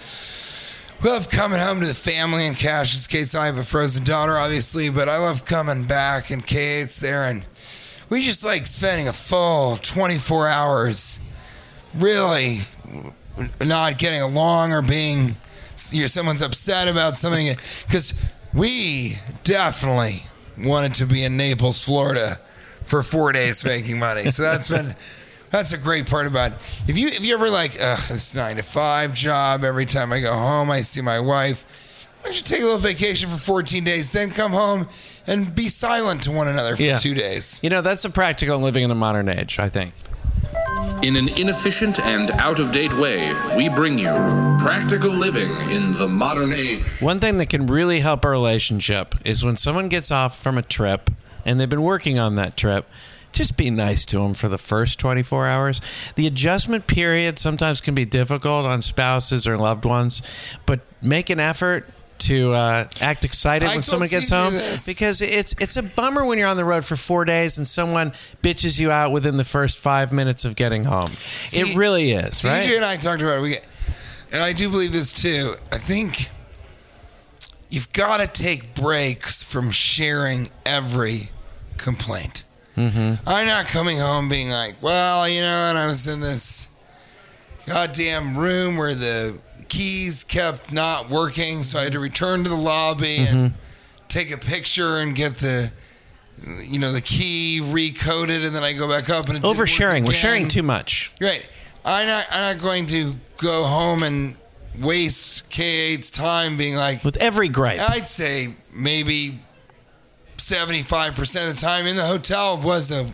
[SPEAKER 3] We love coming home to the family. In Cash's case, I have a frozen daughter, obviously, but I love coming back. And Kate's there, and we just like spending a full 24 hours, really not getting along or being you're someone's upset about something because we definitely wanted to be in Naples, Florida for four days making money. So that's been That's a great part about it. If you if you ever like, ugh, this nine to five job. Every time I go home, I see my wife. Why don't you take a little vacation for 14 days, then come home and be silent to one another for
[SPEAKER 1] Yeah.
[SPEAKER 3] two days?
[SPEAKER 1] You know, that's a practical living in a modern age, I think.
[SPEAKER 4] In an inefficient and out of date way, we bring you practical living in the modern age.
[SPEAKER 1] One thing that can really help a relationship is when someone gets off from a trip and they've been working on that trip, just be nice to them for the first 24 hours. The adjustment period sometimes can be difficult on spouses or loved ones, but make an effort to uh, act excited
[SPEAKER 3] I
[SPEAKER 1] when
[SPEAKER 3] told
[SPEAKER 1] someone gets
[SPEAKER 3] CJ
[SPEAKER 1] home
[SPEAKER 3] this.
[SPEAKER 1] because it's it's a bummer when you're on the road for 4 days and someone bitches you out within the first 5 minutes of getting home. it really is,
[SPEAKER 3] CJ
[SPEAKER 1] right?
[SPEAKER 3] and I talked about it. We get, and I do believe this too. I think you've got to take breaks from sharing every complaint.
[SPEAKER 1] Mm-hmm.
[SPEAKER 3] I'm not coming home being like, well, you know, and I was in this goddamn room where the keys kept not working, so I had to return to the lobby and
[SPEAKER 1] Mm-hmm.
[SPEAKER 3] take a picture and get the. You know the key recoded, and then I go back up and it didn't work
[SPEAKER 1] Oversharing. We're sharing
[SPEAKER 3] again.
[SPEAKER 1] too much.
[SPEAKER 3] Right. I'm not, I'm not going to go home and waste K8's time being like,
[SPEAKER 1] With every gripe.
[SPEAKER 3] I'd say maybe 75% of the time in the hotel was a,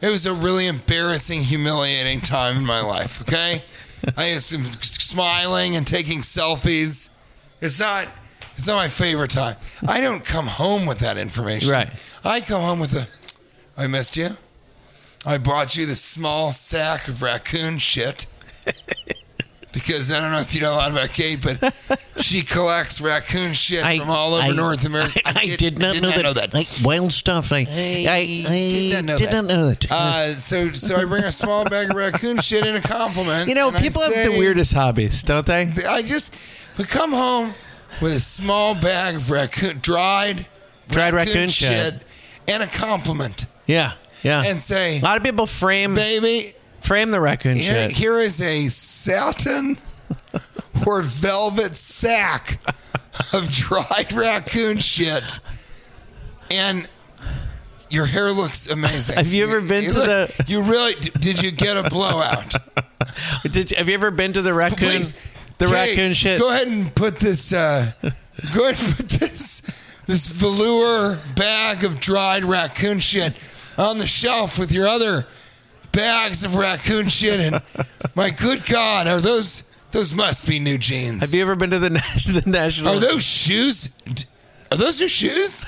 [SPEAKER 3] it was a really embarrassing, humiliating time in my life, okay? I just am smiling and taking selfies. It's not, it's not my favorite time. I don't come home with that information.
[SPEAKER 1] Right.
[SPEAKER 3] I come home with a, I missed you. I bought you this small sack of raccoon shit. Because I don't know if you know a lot about Kate, but she collects raccoon shit
[SPEAKER 1] I-
[SPEAKER 3] from all over
[SPEAKER 1] I-
[SPEAKER 3] North America.
[SPEAKER 1] I, did, not know that. Like wild stuff. I, I, I
[SPEAKER 3] did not know that.
[SPEAKER 1] that.
[SPEAKER 3] Uh, so, so I bring a small bag of raccoon shit in a compliment.
[SPEAKER 1] you know,
[SPEAKER 3] and I
[SPEAKER 1] people have the
[SPEAKER 3] say-
[SPEAKER 1] weirdest hobbies, don't they?
[SPEAKER 3] I just, but come home with a small bag of raccoon, dried,
[SPEAKER 1] Dried raccoon shit.
[SPEAKER 3] and a compliment,
[SPEAKER 1] Yeah, yeah.
[SPEAKER 3] and say,
[SPEAKER 1] a lot of people frame
[SPEAKER 3] "Baby,
[SPEAKER 1] frame the raccoon
[SPEAKER 3] Here,
[SPEAKER 1] shit.
[SPEAKER 3] here is a satin or velvet sack of dried raccoon shit, and your hair looks amazing.
[SPEAKER 1] Have you ever been to
[SPEAKER 3] look-
[SPEAKER 1] the-
[SPEAKER 3] You really d- did. You get a blowout.
[SPEAKER 1] Did, have you ever been to the raccoon?
[SPEAKER 3] Please,
[SPEAKER 1] the
[SPEAKER 3] Kate,
[SPEAKER 1] raccoon shit.
[SPEAKER 3] Go ahead and put this. Uh, go ahead and put this this velour bag of dried raccoon shit on the shelf with your other bags of raccoon shit. And my good God, are those those must be new jeans?
[SPEAKER 1] Have you ever been to the, nas- the national?
[SPEAKER 3] are Oh, those shoes? D- Are those new shoes?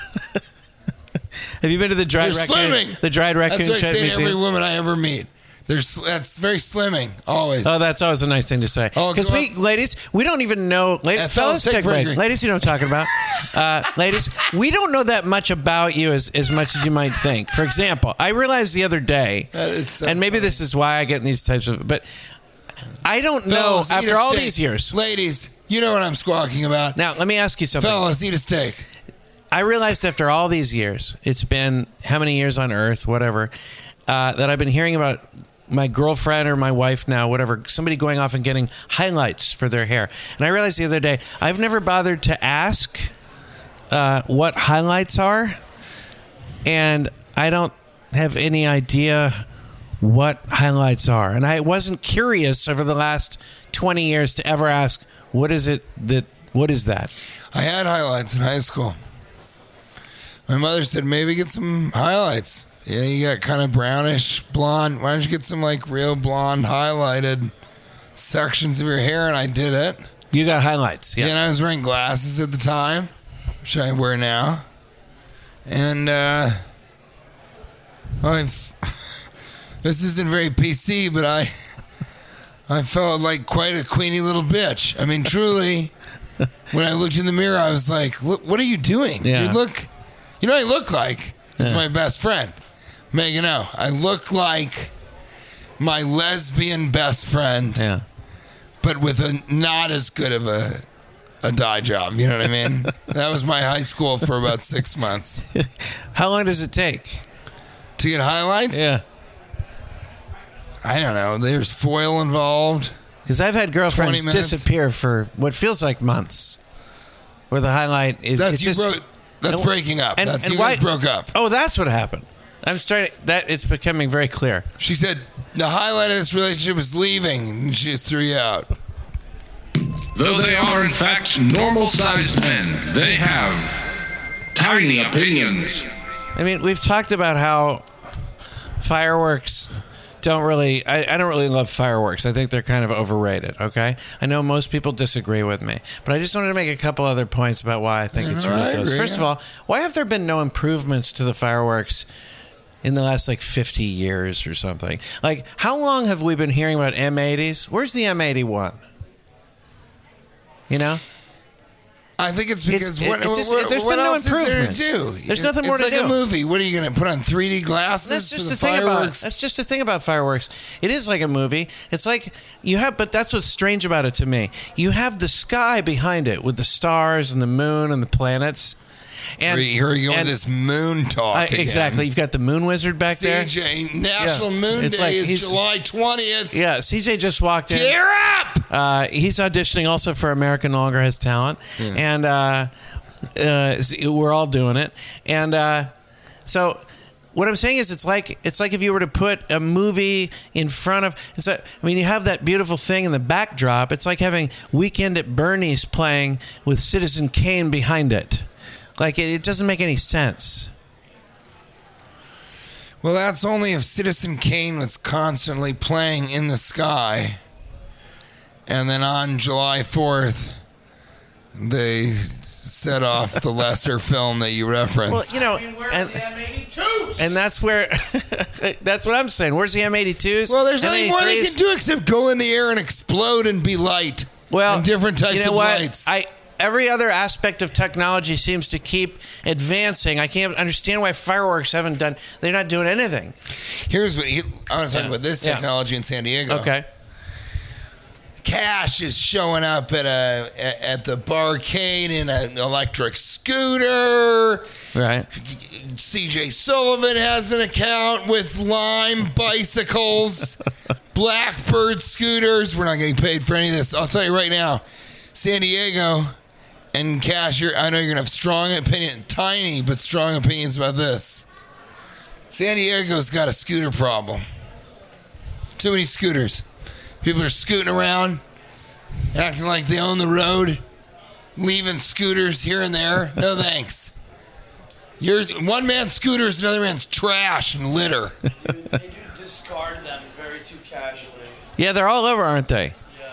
[SPEAKER 1] have you been to the dried
[SPEAKER 3] They're
[SPEAKER 1] raccoon?
[SPEAKER 3] slimming.
[SPEAKER 1] The dried raccoon
[SPEAKER 3] That's what I
[SPEAKER 1] shit.
[SPEAKER 3] say to
[SPEAKER 1] museum?
[SPEAKER 3] every woman I ever meet. There's that's very slimming always.
[SPEAKER 1] Oh, that's always a nice thing to say.
[SPEAKER 3] Oh,
[SPEAKER 1] Because
[SPEAKER 3] go
[SPEAKER 1] we,
[SPEAKER 3] on.
[SPEAKER 1] ladies, we don't even know. La-
[SPEAKER 3] Yeah,
[SPEAKER 1] fellas, take a break. Ladies, you know what I'm talking about. Uh, ladies, we don't know that much about you as, as much as you might think. For example, I realized the other day,
[SPEAKER 3] That is uh, so
[SPEAKER 1] and maybe this is why I get in these types of, but I don't
[SPEAKER 3] Fellas,
[SPEAKER 1] know
[SPEAKER 3] eat
[SPEAKER 1] after
[SPEAKER 3] a
[SPEAKER 1] all
[SPEAKER 3] steak.
[SPEAKER 1] these years.
[SPEAKER 3] ladies, you know what I'm squawking about.
[SPEAKER 1] Now, let me ask you something.
[SPEAKER 3] Fellas, eat a steak.
[SPEAKER 1] I realized after all these years, it's been how many years on earth, whatever, uh, that I've been hearing about my girlfriend or my wife now, whatever, somebody going off and getting highlights for their hair. And I realized the other day, I've never bothered to ask uh, what highlights are, and I don't have any idea what highlights are. And I wasn't curious over the last 20 years to ever ask, what is it that, what is that?
[SPEAKER 3] I had highlights in high school. My mother said, maybe get some highlights. Yeah, you got kind of brownish blonde. Why don't you get some like real blonde highlighted sections of your hair? And I did it.
[SPEAKER 1] You got highlights. Yeah.
[SPEAKER 3] Yeah, and I was wearing glasses at the time, which I wear now. And uh, I've this isn't very PC, but I I felt like quite a queenie little bitch. I mean, truly, when I looked in the mirror, I was like, "Look, what are you doing?
[SPEAKER 1] Yeah.
[SPEAKER 3] You look, you know, what I look like It's
[SPEAKER 1] Yeah.
[SPEAKER 3] my best friend, Megan O. I look like my lesbian best friend."
[SPEAKER 1] yeah.
[SPEAKER 3] but with a not as good of a a dye job. You know what I mean? that was my high school for about six months
[SPEAKER 1] How long does it take?
[SPEAKER 3] to get highlights. I don't know. There's foil involved.
[SPEAKER 1] Because I've had girlfriends
[SPEAKER 3] 20 minutes.
[SPEAKER 1] disappear for what feels like months, where the highlight is.
[SPEAKER 3] That's
[SPEAKER 1] it's
[SPEAKER 3] you
[SPEAKER 1] just-
[SPEAKER 3] broke. That's
[SPEAKER 1] and-
[SPEAKER 3] breaking up.
[SPEAKER 1] and-
[SPEAKER 3] that's
[SPEAKER 1] and
[SPEAKER 3] you
[SPEAKER 1] why-
[SPEAKER 3] guys broke up.
[SPEAKER 1] Oh, that's what happened. I'm starting that it's becoming very clear.
[SPEAKER 3] She said the highlight of this relationship is leaving, and she just threw you out.
[SPEAKER 4] Though they are in fact normal sized men, they have tiny opinions.
[SPEAKER 1] I mean, we've talked about how fireworks don't really I, I don't really love fireworks. I think they're kind of overrated, okay? I know most people disagree with me, but I just wanted to make a couple other points about why I think it's
[SPEAKER 3] No, I
[SPEAKER 1] ridiculous.
[SPEAKER 3] agree,
[SPEAKER 1] First of
[SPEAKER 3] yeah.
[SPEAKER 1] all, why have there been no improvements to the fireworks in the last like 50 years or something? Like how long have we been hearing about M80s? Where's the M81? You know?
[SPEAKER 3] I think it's because
[SPEAKER 1] it-
[SPEAKER 3] what,
[SPEAKER 1] it's just-
[SPEAKER 3] what,
[SPEAKER 1] there's
[SPEAKER 3] what
[SPEAKER 1] been no
[SPEAKER 3] else is there to
[SPEAKER 1] improvements.
[SPEAKER 3] do?
[SPEAKER 1] There's
[SPEAKER 3] It-
[SPEAKER 1] nothing more
[SPEAKER 3] it's
[SPEAKER 1] to
[SPEAKER 3] like
[SPEAKER 1] do.
[SPEAKER 3] a movie. What are you going to put on 3D glasses?
[SPEAKER 1] that's
[SPEAKER 3] for
[SPEAKER 1] just
[SPEAKER 3] the
[SPEAKER 1] the, thing about
[SPEAKER 3] fireworks?
[SPEAKER 1] that's just the thing about fireworks. It is like a movie. It's like you have, but that's what's strange about it to me. You have the sky behind it with the stars and the moon and the planets. And
[SPEAKER 3] Here we go with
[SPEAKER 1] and-
[SPEAKER 3] this moon talk.
[SPEAKER 1] I-
[SPEAKER 3] again.
[SPEAKER 1] exactly. You've got the moon wizard back there.
[SPEAKER 3] CJ, National
[SPEAKER 1] Yeah.
[SPEAKER 3] Moon
[SPEAKER 1] It's
[SPEAKER 3] Day
[SPEAKER 1] like
[SPEAKER 3] is
[SPEAKER 1] he's-
[SPEAKER 3] July 20th.
[SPEAKER 1] Yeah, CJ just walked in.
[SPEAKER 3] Gear up!
[SPEAKER 1] Uh, he's auditioning also for American No Longer Has Talent, and uh, uh, we're all doing it. And uh, so, what I'm saying is, it's like it's like if you were to put a movie in front of. It's like, I mean, you have that beautiful thing in the backdrop. It's like having Weekend at Bernie's playing with Citizen Kane behind it. Like it, it doesn't make any sense.
[SPEAKER 3] Well, that's only if Citizen Kane was constantly playing in the sky. And then on July 4th, they set off the lesser film that you referenced.
[SPEAKER 1] Well, you know, and, and that's where that's what I'm saying. Where's the M82s?
[SPEAKER 3] Well, there's nothing more they
[SPEAKER 1] M83s?
[SPEAKER 3] can do except go in the air and explode and be light.
[SPEAKER 1] Well,
[SPEAKER 3] and different types
[SPEAKER 1] you know
[SPEAKER 3] of
[SPEAKER 1] what?
[SPEAKER 3] lights.
[SPEAKER 1] I every other aspect of technology seems to keep advancing. I can't understand why fireworks haven't done. They're not doing anything.
[SPEAKER 3] Here's what you, I want to talk
[SPEAKER 1] Yeah.
[SPEAKER 3] about this
[SPEAKER 1] Yeah.
[SPEAKER 3] technology in San Diego.
[SPEAKER 1] Okay.
[SPEAKER 3] Cash is showing up at a at- at the barcade in an electric scooter.
[SPEAKER 1] Right.
[SPEAKER 3] CJ Sullivan has an account with Lime bicycles, Blackbird scooters. We're not getting paid for any of this. I'll tell you right now, San Diego and Cashier. I know you're gonna have strong opinion, tiny but strong opinions about this. San Diego's got a scooter problem. Too many scooters. People are scooting around, acting like they own the road, leaving scooters here and there. No thanks. Your one man's scooter is another man's trash and litter.
[SPEAKER 5] They do discard them very too casually.
[SPEAKER 1] Yeah, they're all over, aren't they?
[SPEAKER 5] Yeah.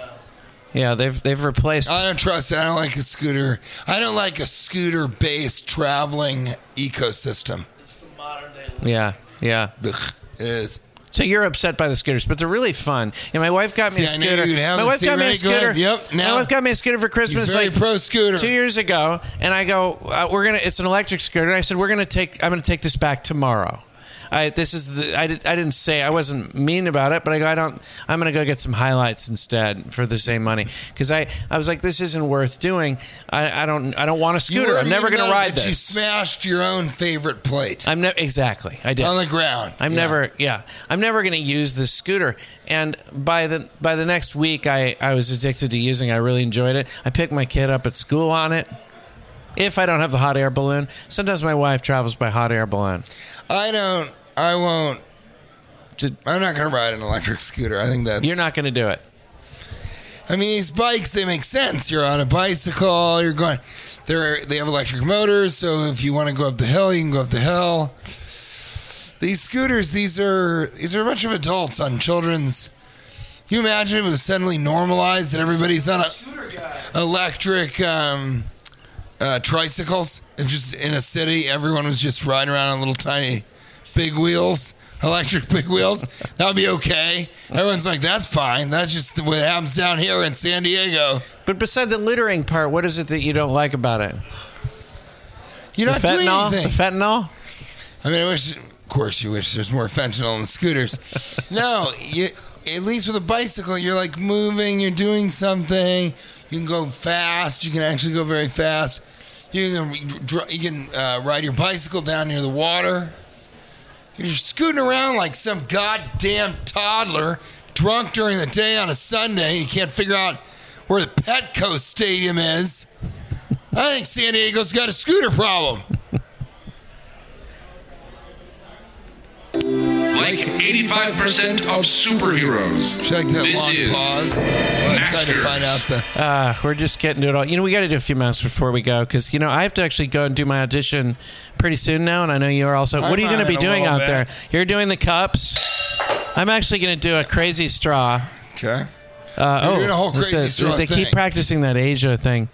[SPEAKER 1] Yeah, they've they've replaced.
[SPEAKER 3] I don't trust it. I don't like a scooter. I don't like a scooter based traveling ecosystem.
[SPEAKER 5] It's the modern day. look.
[SPEAKER 1] yeah. Yeah.
[SPEAKER 3] Ugh, it is.
[SPEAKER 1] So you're upset by the scooters, but they're really fun. And my wife got me a
[SPEAKER 3] See, I knew
[SPEAKER 1] scooter.
[SPEAKER 3] you'd have
[SPEAKER 1] my
[SPEAKER 3] it.
[SPEAKER 1] wife
[SPEAKER 3] See,
[SPEAKER 1] got me a
[SPEAKER 3] right, go ahead.
[SPEAKER 1] scooter.
[SPEAKER 3] Yep, now-
[SPEAKER 1] my wife got me a scooter for Christmas.
[SPEAKER 3] very
[SPEAKER 1] like
[SPEAKER 3] pro scooter.
[SPEAKER 1] Two years ago, and I go, uh, we're gonna. It's an electric scooter. And I said, we're gonna take. I'm gonna take this back tomorrow. I, this is the I, did, I didn't say I wasn't mean about it, but I go I don't I'm gonna go get some highlights instead for the same money because I, I was like this isn't worth doing I, I don't I don't want a
[SPEAKER 3] You
[SPEAKER 1] scooter
[SPEAKER 3] were
[SPEAKER 1] I'm never
[SPEAKER 3] mean
[SPEAKER 1] gonna
[SPEAKER 3] about it,
[SPEAKER 1] ride
[SPEAKER 3] but You
[SPEAKER 1] this
[SPEAKER 3] smashed your own favorite plate
[SPEAKER 1] I'm never exactly I did
[SPEAKER 3] on the ground.
[SPEAKER 1] I'm
[SPEAKER 3] Yeah.
[SPEAKER 1] never, yeah, I'm never going to use this scooter. And by the by, the next week, I I was addicted to using. it. I really enjoyed it. I picked my kid up at school on it. If I don't have the hot air balloon, sometimes my wife travels by hot air balloon.
[SPEAKER 3] I don't. I won't.
[SPEAKER 1] Just-
[SPEAKER 3] I'm not going to ride an electric scooter. I think that's.
[SPEAKER 1] You're not going to do it.
[SPEAKER 3] I mean, these bikes they make sense. You're on a bicycle. You're going. They're they have electric motors, so if you want to go up the hill, you can go up the hill. These scooters, these are these are a bunch of adults on children's. Can you imagine if it was suddenly normalized that everybody's on a
[SPEAKER 5] Scooter guy.
[SPEAKER 3] electric um, uh, tricycles? If just in a city, everyone was just riding around on little tiny big wheels, electric big wheels. That would be okay. Everyone's like, that's fine. That's just what happens down here in San Diego.
[SPEAKER 1] But beside the littering part, what is it that you don't like about it? The
[SPEAKER 3] You're not doing
[SPEAKER 1] fentanyl.
[SPEAKER 3] anything.
[SPEAKER 1] The fentanyl.
[SPEAKER 3] I mean, I wish, of course, you wish there's more fentanyl in the scooters. no, you, at least with a bicycle, you're like moving, you're doing something. You can go fast. You can actually go very fast. You can dr- you can uh, ride your bicycle down near the water. You're scooting around like some goddamn toddler, drunk during the day on a Sunday, and you can't figure out where the Petco Stadium is. I think San Diego's got a scooter problem.
[SPEAKER 4] like 85% of superheroes.
[SPEAKER 3] Check that
[SPEAKER 4] This
[SPEAKER 3] long
[SPEAKER 4] is
[SPEAKER 3] pause. while I tried to
[SPEAKER 4] Master.
[SPEAKER 3] find out the.
[SPEAKER 1] Uh, we're just getting to it all. You know, we got to do a few minutes before we go because you know I have to actually go and do my audition pretty soon now, and I know you are also.
[SPEAKER 3] I'm
[SPEAKER 1] what are you
[SPEAKER 3] on
[SPEAKER 1] going to be
[SPEAKER 3] it a
[SPEAKER 1] doing
[SPEAKER 3] little
[SPEAKER 1] out
[SPEAKER 3] bit.
[SPEAKER 1] there? You're doing the cups. I'm actually going to do a crazy straw.
[SPEAKER 3] Okay.
[SPEAKER 1] Uh,
[SPEAKER 3] You're
[SPEAKER 1] oh,
[SPEAKER 3] doing a whole
[SPEAKER 1] that's
[SPEAKER 3] crazy
[SPEAKER 1] it.
[SPEAKER 3] straw
[SPEAKER 1] They keep
[SPEAKER 3] thing.
[SPEAKER 1] practicing that Asia thing,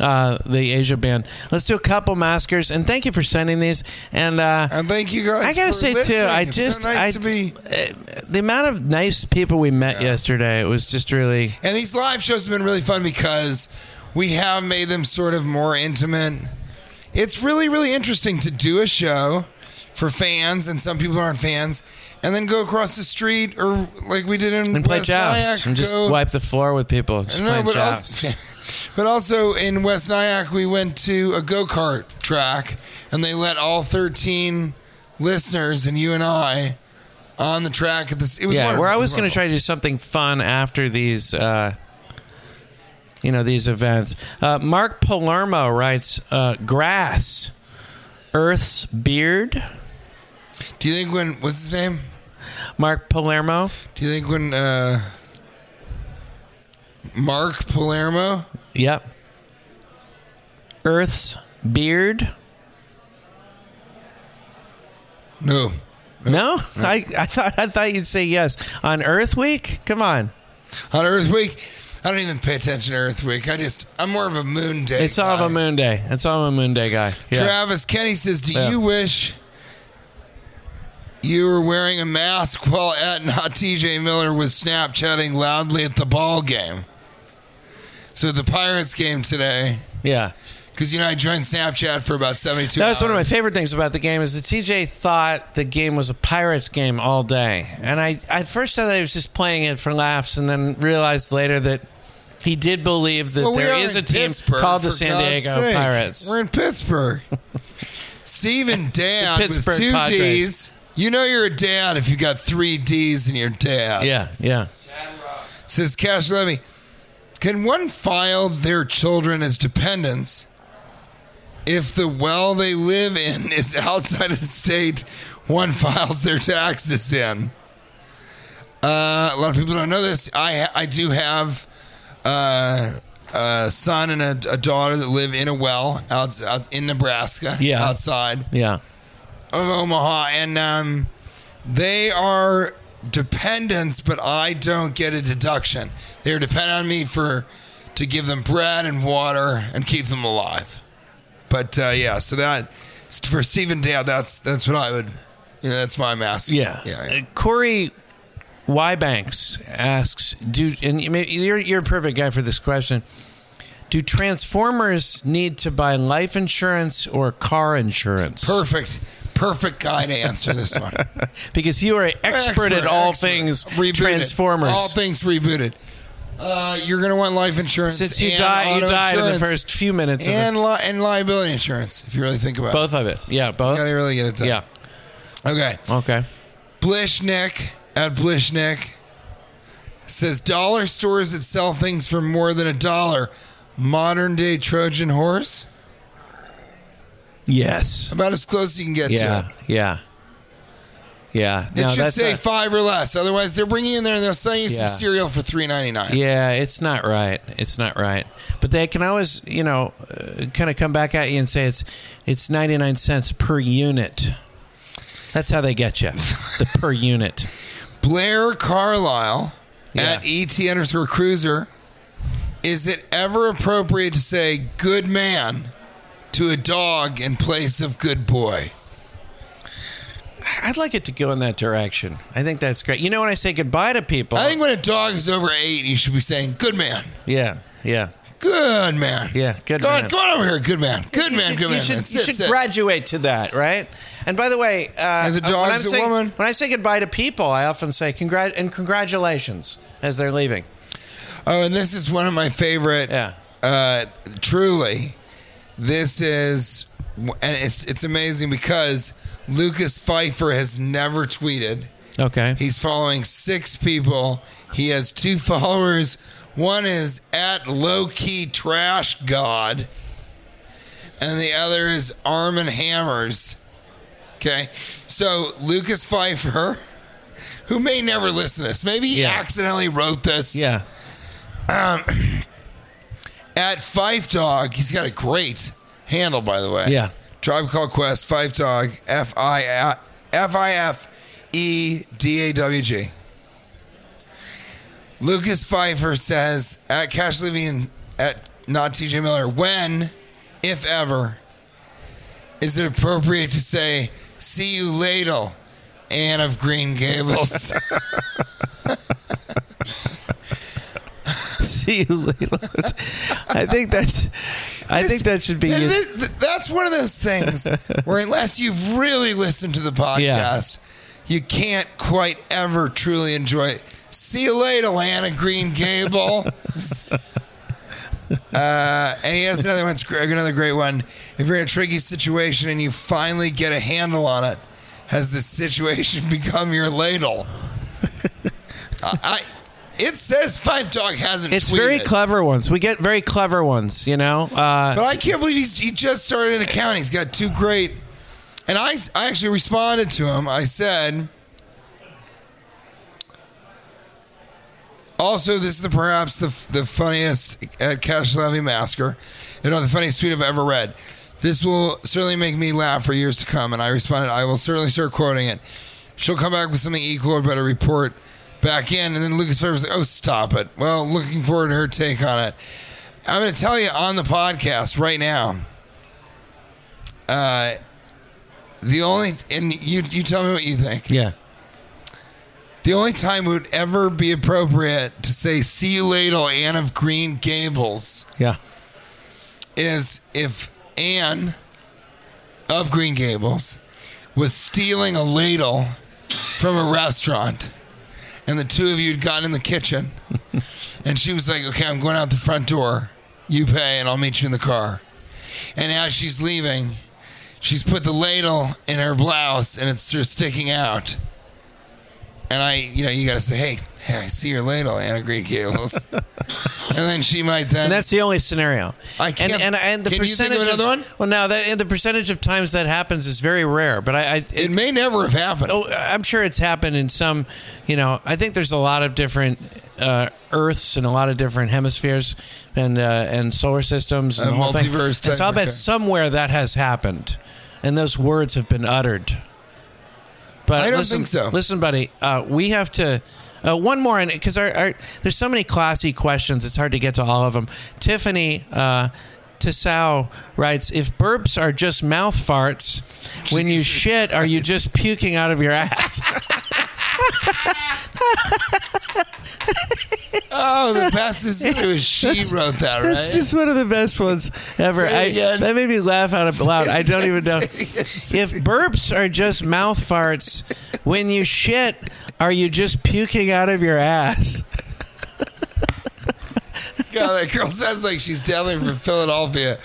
[SPEAKER 1] uh, the Asia band. Let's do a couple maskers, and thank you for sending these. And uh,
[SPEAKER 3] And thank you guys.
[SPEAKER 1] I gotta
[SPEAKER 3] for
[SPEAKER 1] say
[SPEAKER 3] listening.
[SPEAKER 1] too, I
[SPEAKER 3] It's
[SPEAKER 1] just
[SPEAKER 3] so nice
[SPEAKER 1] I,
[SPEAKER 3] to be.
[SPEAKER 1] uh, the amount of nice people we met yesterday. It was just really
[SPEAKER 3] And these live shows have been really fun because we have made them sort of more intimate. It's really, really interesting to do a show for fans, and some people aren't fans, and then go across the street or like we did in
[SPEAKER 1] and play
[SPEAKER 3] West
[SPEAKER 1] joust
[SPEAKER 3] Nyack,
[SPEAKER 1] and just
[SPEAKER 3] go-
[SPEAKER 1] wipe the floor with people. Just
[SPEAKER 3] No,
[SPEAKER 1] playing
[SPEAKER 3] but
[SPEAKER 1] joust.
[SPEAKER 3] also, but also in West Nyack, we went to a go kart track, and they let all thirteen listeners and you and I on the track at this. It was
[SPEAKER 1] yeah,
[SPEAKER 3] wonderful.
[SPEAKER 1] we're
[SPEAKER 3] It
[SPEAKER 1] always going to
[SPEAKER 3] wonderful.
[SPEAKER 1] try to do something fun after these, uh, you know, these events. Uh, Mark Palermo writes, uh, "Grass, Earth's beard."
[SPEAKER 3] Do you think when what's his name?
[SPEAKER 1] Mark Palermo.
[SPEAKER 3] Do you think when uh, Mark Palermo?
[SPEAKER 1] Yep. Earth's beard.
[SPEAKER 3] No,
[SPEAKER 1] No, I, I thought I thought you'd say yes on Earth Week. Come on,
[SPEAKER 3] on Earth Week. I don't even pay attention to Earth Week. I just I'm more of a Moon Day.
[SPEAKER 1] it's all of a
[SPEAKER 3] guy.
[SPEAKER 1] moon day. It's all of a moon day guy. Yeah.
[SPEAKER 3] Travis Kenny says, "Do
[SPEAKER 1] Yeah.
[SPEAKER 3] you wish you were wearing a mask while at not TJ Miller was Snapchatting loudly at the ball game?" So the Pirates game today,
[SPEAKER 1] yeah.
[SPEAKER 3] because you know I joined Snapchat for about seventy-two.
[SPEAKER 1] That was one of my
[SPEAKER 3] hours.
[SPEAKER 1] favorite things about the game is that TJ thought the game was a Pirates game all day, and I I at first thought that he was just playing it for laughs, and then realized later that he did believe that
[SPEAKER 3] Well, we
[SPEAKER 1] there
[SPEAKER 3] are
[SPEAKER 1] is a
[SPEAKER 3] in
[SPEAKER 1] team
[SPEAKER 3] Pittsburgh,
[SPEAKER 1] called the
[SPEAKER 3] for
[SPEAKER 1] San
[SPEAKER 3] God's
[SPEAKER 1] Diego
[SPEAKER 3] sake.
[SPEAKER 1] Pirates.
[SPEAKER 3] We're in Pittsburgh. Steven Dad with
[SPEAKER 1] Pittsburgh
[SPEAKER 3] two
[SPEAKER 1] Padres.
[SPEAKER 3] D's. You know you're a dad if you got three D's in your dad.
[SPEAKER 1] yeah, yeah.
[SPEAKER 3] Says Cash Levy, can one file their children as dependents if the well they live in is outside of the state one files their taxes in? Uh, a lot of people don't know this. I I do have uh, a son and a, a daughter that live in a well out, out in Nebraska,
[SPEAKER 1] Yeah.
[SPEAKER 3] outside
[SPEAKER 1] Yeah.
[SPEAKER 3] of Omaha, and um, they are dependents, but I don't get a deduction. They are dependent on me for to give them bread and water and keep them alive. But uh, yeah, so that for Stephen Dale, that's that's what I would. You know, that's my mask.
[SPEAKER 1] Yeah.
[SPEAKER 3] yeah.
[SPEAKER 1] Uh, Corey Wybanks asks, "Do and you may- you're you're a perfect guy for this question? Do Transformers need to buy life insurance or car insurance?
[SPEAKER 3] Perfect, perfect guy to answer this one.
[SPEAKER 1] because you are an expert, at all
[SPEAKER 3] expert.
[SPEAKER 1] things
[SPEAKER 3] Rebooted.
[SPEAKER 1] Transformers.
[SPEAKER 3] All things rebooted. Uh, you're gonna want life insurance
[SPEAKER 1] Since you
[SPEAKER 3] and
[SPEAKER 1] die, you
[SPEAKER 3] auto
[SPEAKER 1] died in the
[SPEAKER 3] insurance
[SPEAKER 1] first few minutes of it.
[SPEAKER 3] and li- and liability insurance. If you really think about it,
[SPEAKER 1] both of it. Yeah, both.
[SPEAKER 3] You gotta really get it done.
[SPEAKER 1] yeah. Uh-huh.
[SPEAKER 3] Okay.
[SPEAKER 1] Okay.
[SPEAKER 3] Blishnik at Blishnik says dollar stores that sell things for more than a dollar. Modern day Trojan horse.
[SPEAKER 1] Yes.
[SPEAKER 3] About as close as you can get
[SPEAKER 1] Yeah.
[SPEAKER 3] to it.
[SPEAKER 1] Yeah. Yeah.
[SPEAKER 3] It
[SPEAKER 1] No,
[SPEAKER 3] should
[SPEAKER 1] that's
[SPEAKER 3] say
[SPEAKER 1] not-
[SPEAKER 3] five or less. Otherwise, they're bringing in there and they'll sell you some
[SPEAKER 1] Yeah.
[SPEAKER 3] cereal for three ninety nine.
[SPEAKER 1] Yeah, it's not right. It's not right. But they can always, you know, uh, kind of come back at you and say it's it's 99 cents per unit. That's how they get you. The per unit.
[SPEAKER 3] Blair Carlisle
[SPEAKER 1] Yeah.
[SPEAKER 3] at et underscore cruiser. Is it ever appropriate to say "good man" to a dog in place of "good boy"?
[SPEAKER 1] I'd like it to go in that direction. I think that's great. You know when I say goodbye to people?
[SPEAKER 3] I think when a dog is over eight, you should be saying "good man."
[SPEAKER 1] yeah. Yeah.
[SPEAKER 3] Good man.
[SPEAKER 1] Yeah, good
[SPEAKER 3] go
[SPEAKER 1] man.
[SPEAKER 3] On, go on over here, good man. Good man,
[SPEAKER 1] should-
[SPEAKER 3] good man.
[SPEAKER 1] You should,
[SPEAKER 3] That's
[SPEAKER 1] you
[SPEAKER 3] it,
[SPEAKER 1] should
[SPEAKER 3] that's it.
[SPEAKER 1] graduate to that, right? And by the way, uh,
[SPEAKER 3] the
[SPEAKER 1] when, I'm
[SPEAKER 3] dog's a
[SPEAKER 1] saying-
[SPEAKER 3] woman.
[SPEAKER 1] when I say goodbye to people, I often say congrat and congratulations as they're leaving.
[SPEAKER 3] Oh, and this is one of my favorite.
[SPEAKER 1] Yeah.
[SPEAKER 3] Uh, truly, this is, and it's it's amazing because Lucas Pfeiffer has never tweeted.
[SPEAKER 1] Okay.
[SPEAKER 3] He's following six people. He has two followers. One is at low key trash god, and the other is Arm and Hammers. Okay, so Lucas Pfeiffer who may never listen to this. Maybe he
[SPEAKER 1] Yeah.
[SPEAKER 3] accidentally wrote this.
[SPEAKER 1] Yeah.
[SPEAKER 3] At Fife Dog, he's got a great handle, by the way.
[SPEAKER 1] Yeah.
[SPEAKER 3] Tribe Called Quest, Fife Dog, F I F I F E D A W G. Lucas Pfeiffer says at Cash Living and at not TJ Miller, when, if ever, is it appropriate to say, see you later, Anne of Green Gables?
[SPEAKER 1] See you later. I think that's. I think that should be
[SPEAKER 3] Th-
[SPEAKER 1] used.
[SPEAKER 3] th- th- that's one of those things where unless you've really listened to the podcast, you can't quite ever truly enjoy it. See you later, Lana Green Gables. uh, and he has another one, another great one. If you're in a tricky situation and you finally get a handle on it, has the situation become your ladle? I, I, it says Five Dog hasn't.
[SPEAKER 1] It's very
[SPEAKER 3] tweeted.
[SPEAKER 1] clever ones. We get very clever ones, you know. Uh,
[SPEAKER 3] But I can't believe he's, he just started an account. He's got two great. And I, I actually responded to him. I said, also, this is the, perhaps the, the funniest at Cash Levy Massacre. You know, the funniest tweet I've ever read. This will certainly make me laugh for years to come. And I responded, I will certainly start quoting it. She'll come back with something equal or better report back in. And then Lucas Fair was like, oh, stop it. Well, looking forward to her take on it. I'm going to tell you on the podcast right now. Uh, the only and you you tell me what you think.
[SPEAKER 1] yeah.
[SPEAKER 3] The only time it would ever be appropriate to say "see you later, Anne of Green Gables"
[SPEAKER 1] Yeah.
[SPEAKER 3] is if Anne of Green Gables was stealing a ladle from a restaurant, and the two of you had gotten in the kitchen, and she was like, "Okay, I'm going out the front door. You pay, and I'll meet you in the car." And as she's leaving, she's put the ladle in her blouse, and it's sort of sticking out. And I, you know, you got to say, "Hey, hey, I see your ladle, Anne of Green Gables," and then she might then.
[SPEAKER 1] And that's the only scenario.
[SPEAKER 3] I can't-
[SPEAKER 1] And, and, and the
[SPEAKER 3] can you think
[SPEAKER 1] percentage
[SPEAKER 3] of another one?
[SPEAKER 1] Well, now that and the percentage of times that happens is very rare, but I, I
[SPEAKER 3] it may never have happened.
[SPEAKER 1] oh, I'm sure it's happened in some, you know, I think there's a lot of different uh, Earths and a lot of different hemispheres and uh, and solar systems and
[SPEAKER 3] A
[SPEAKER 1] the whole thing.
[SPEAKER 3] multiverse
[SPEAKER 1] And so I'll
[SPEAKER 3] type,
[SPEAKER 1] bet
[SPEAKER 3] okay.
[SPEAKER 1] somewhere that has happened, and those words have been uttered. But
[SPEAKER 3] I don't
[SPEAKER 1] listen,
[SPEAKER 3] think so.
[SPEAKER 1] Listen, buddy, uh, we have to. Uh, one more, because our, our, there's so many classy questions, it's hard to get to all of them. Tiffany uh, Tissau writes If burps are just mouth farts, when you shit, are you just puking out of your ass?
[SPEAKER 3] Oh, the best is it was she wrote that, right?
[SPEAKER 1] That's just one of the best ones ever.
[SPEAKER 3] Say it
[SPEAKER 1] I,
[SPEAKER 3] again.
[SPEAKER 1] that made me laugh out of- loud. I don't even know. If burps are just mouth farts, when you shit, are you just puking out of your ass?
[SPEAKER 3] God, that girl sounds like she's definitely from Philadelphia.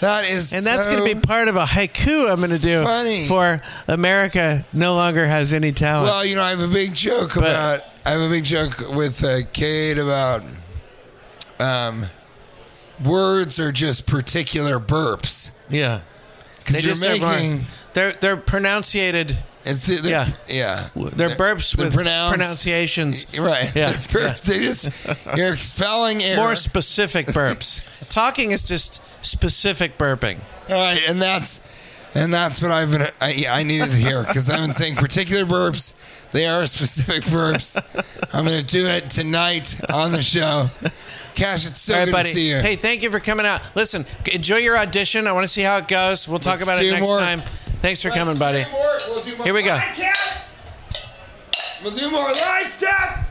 [SPEAKER 3] That is,
[SPEAKER 1] And that's going to be part of a haiku I'm going to do
[SPEAKER 3] Funny.
[SPEAKER 1] for America no longer has any talent.
[SPEAKER 3] Well, you know, I have a big joke about. I have a big joke with uh, Kate about. Um, words are just particular burps
[SPEAKER 1] yeah.
[SPEAKER 3] because you're
[SPEAKER 1] are wrong.
[SPEAKER 3] making.
[SPEAKER 1] They're they're pronunciated.
[SPEAKER 3] It's, they're,
[SPEAKER 1] Yeah.
[SPEAKER 3] yeah.
[SPEAKER 1] They're, burps
[SPEAKER 3] they're
[SPEAKER 1] with
[SPEAKER 3] pronounced-
[SPEAKER 1] pronunciations.
[SPEAKER 3] Right.
[SPEAKER 1] Yeah,
[SPEAKER 3] They're burps. They just you're expelling error.
[SPEAKER 1] More specific burps. Talking is just specific burping.
[SPEAKER 3] All right, and that's and that's what I've been. I, yeah, I needed to hear because I've been saying particular burps. They are specific burps. I'm going to do it tonight on the show. Cash, it's so
[SPEAKER 1] All right,
[SPEAKER 3] good
[SPEAKER 1] buddy.
[SPEAKER 3] to see you.
[SPEAKER 1] Hey, thank you for coming out. Listen, g- enjoy your audition. I want to see how it goes. We'll talk
[SPEAKER 3] Let's
[SPEAKER 1] about it
[SPEAKER 3] do
[SPEAKER 1] next
[SPEAKER 3] more.
[SPEAKER 1] time. Thanks for coming, buddy. Here we go.
[SPEAKER 3] We'll do more live stuff.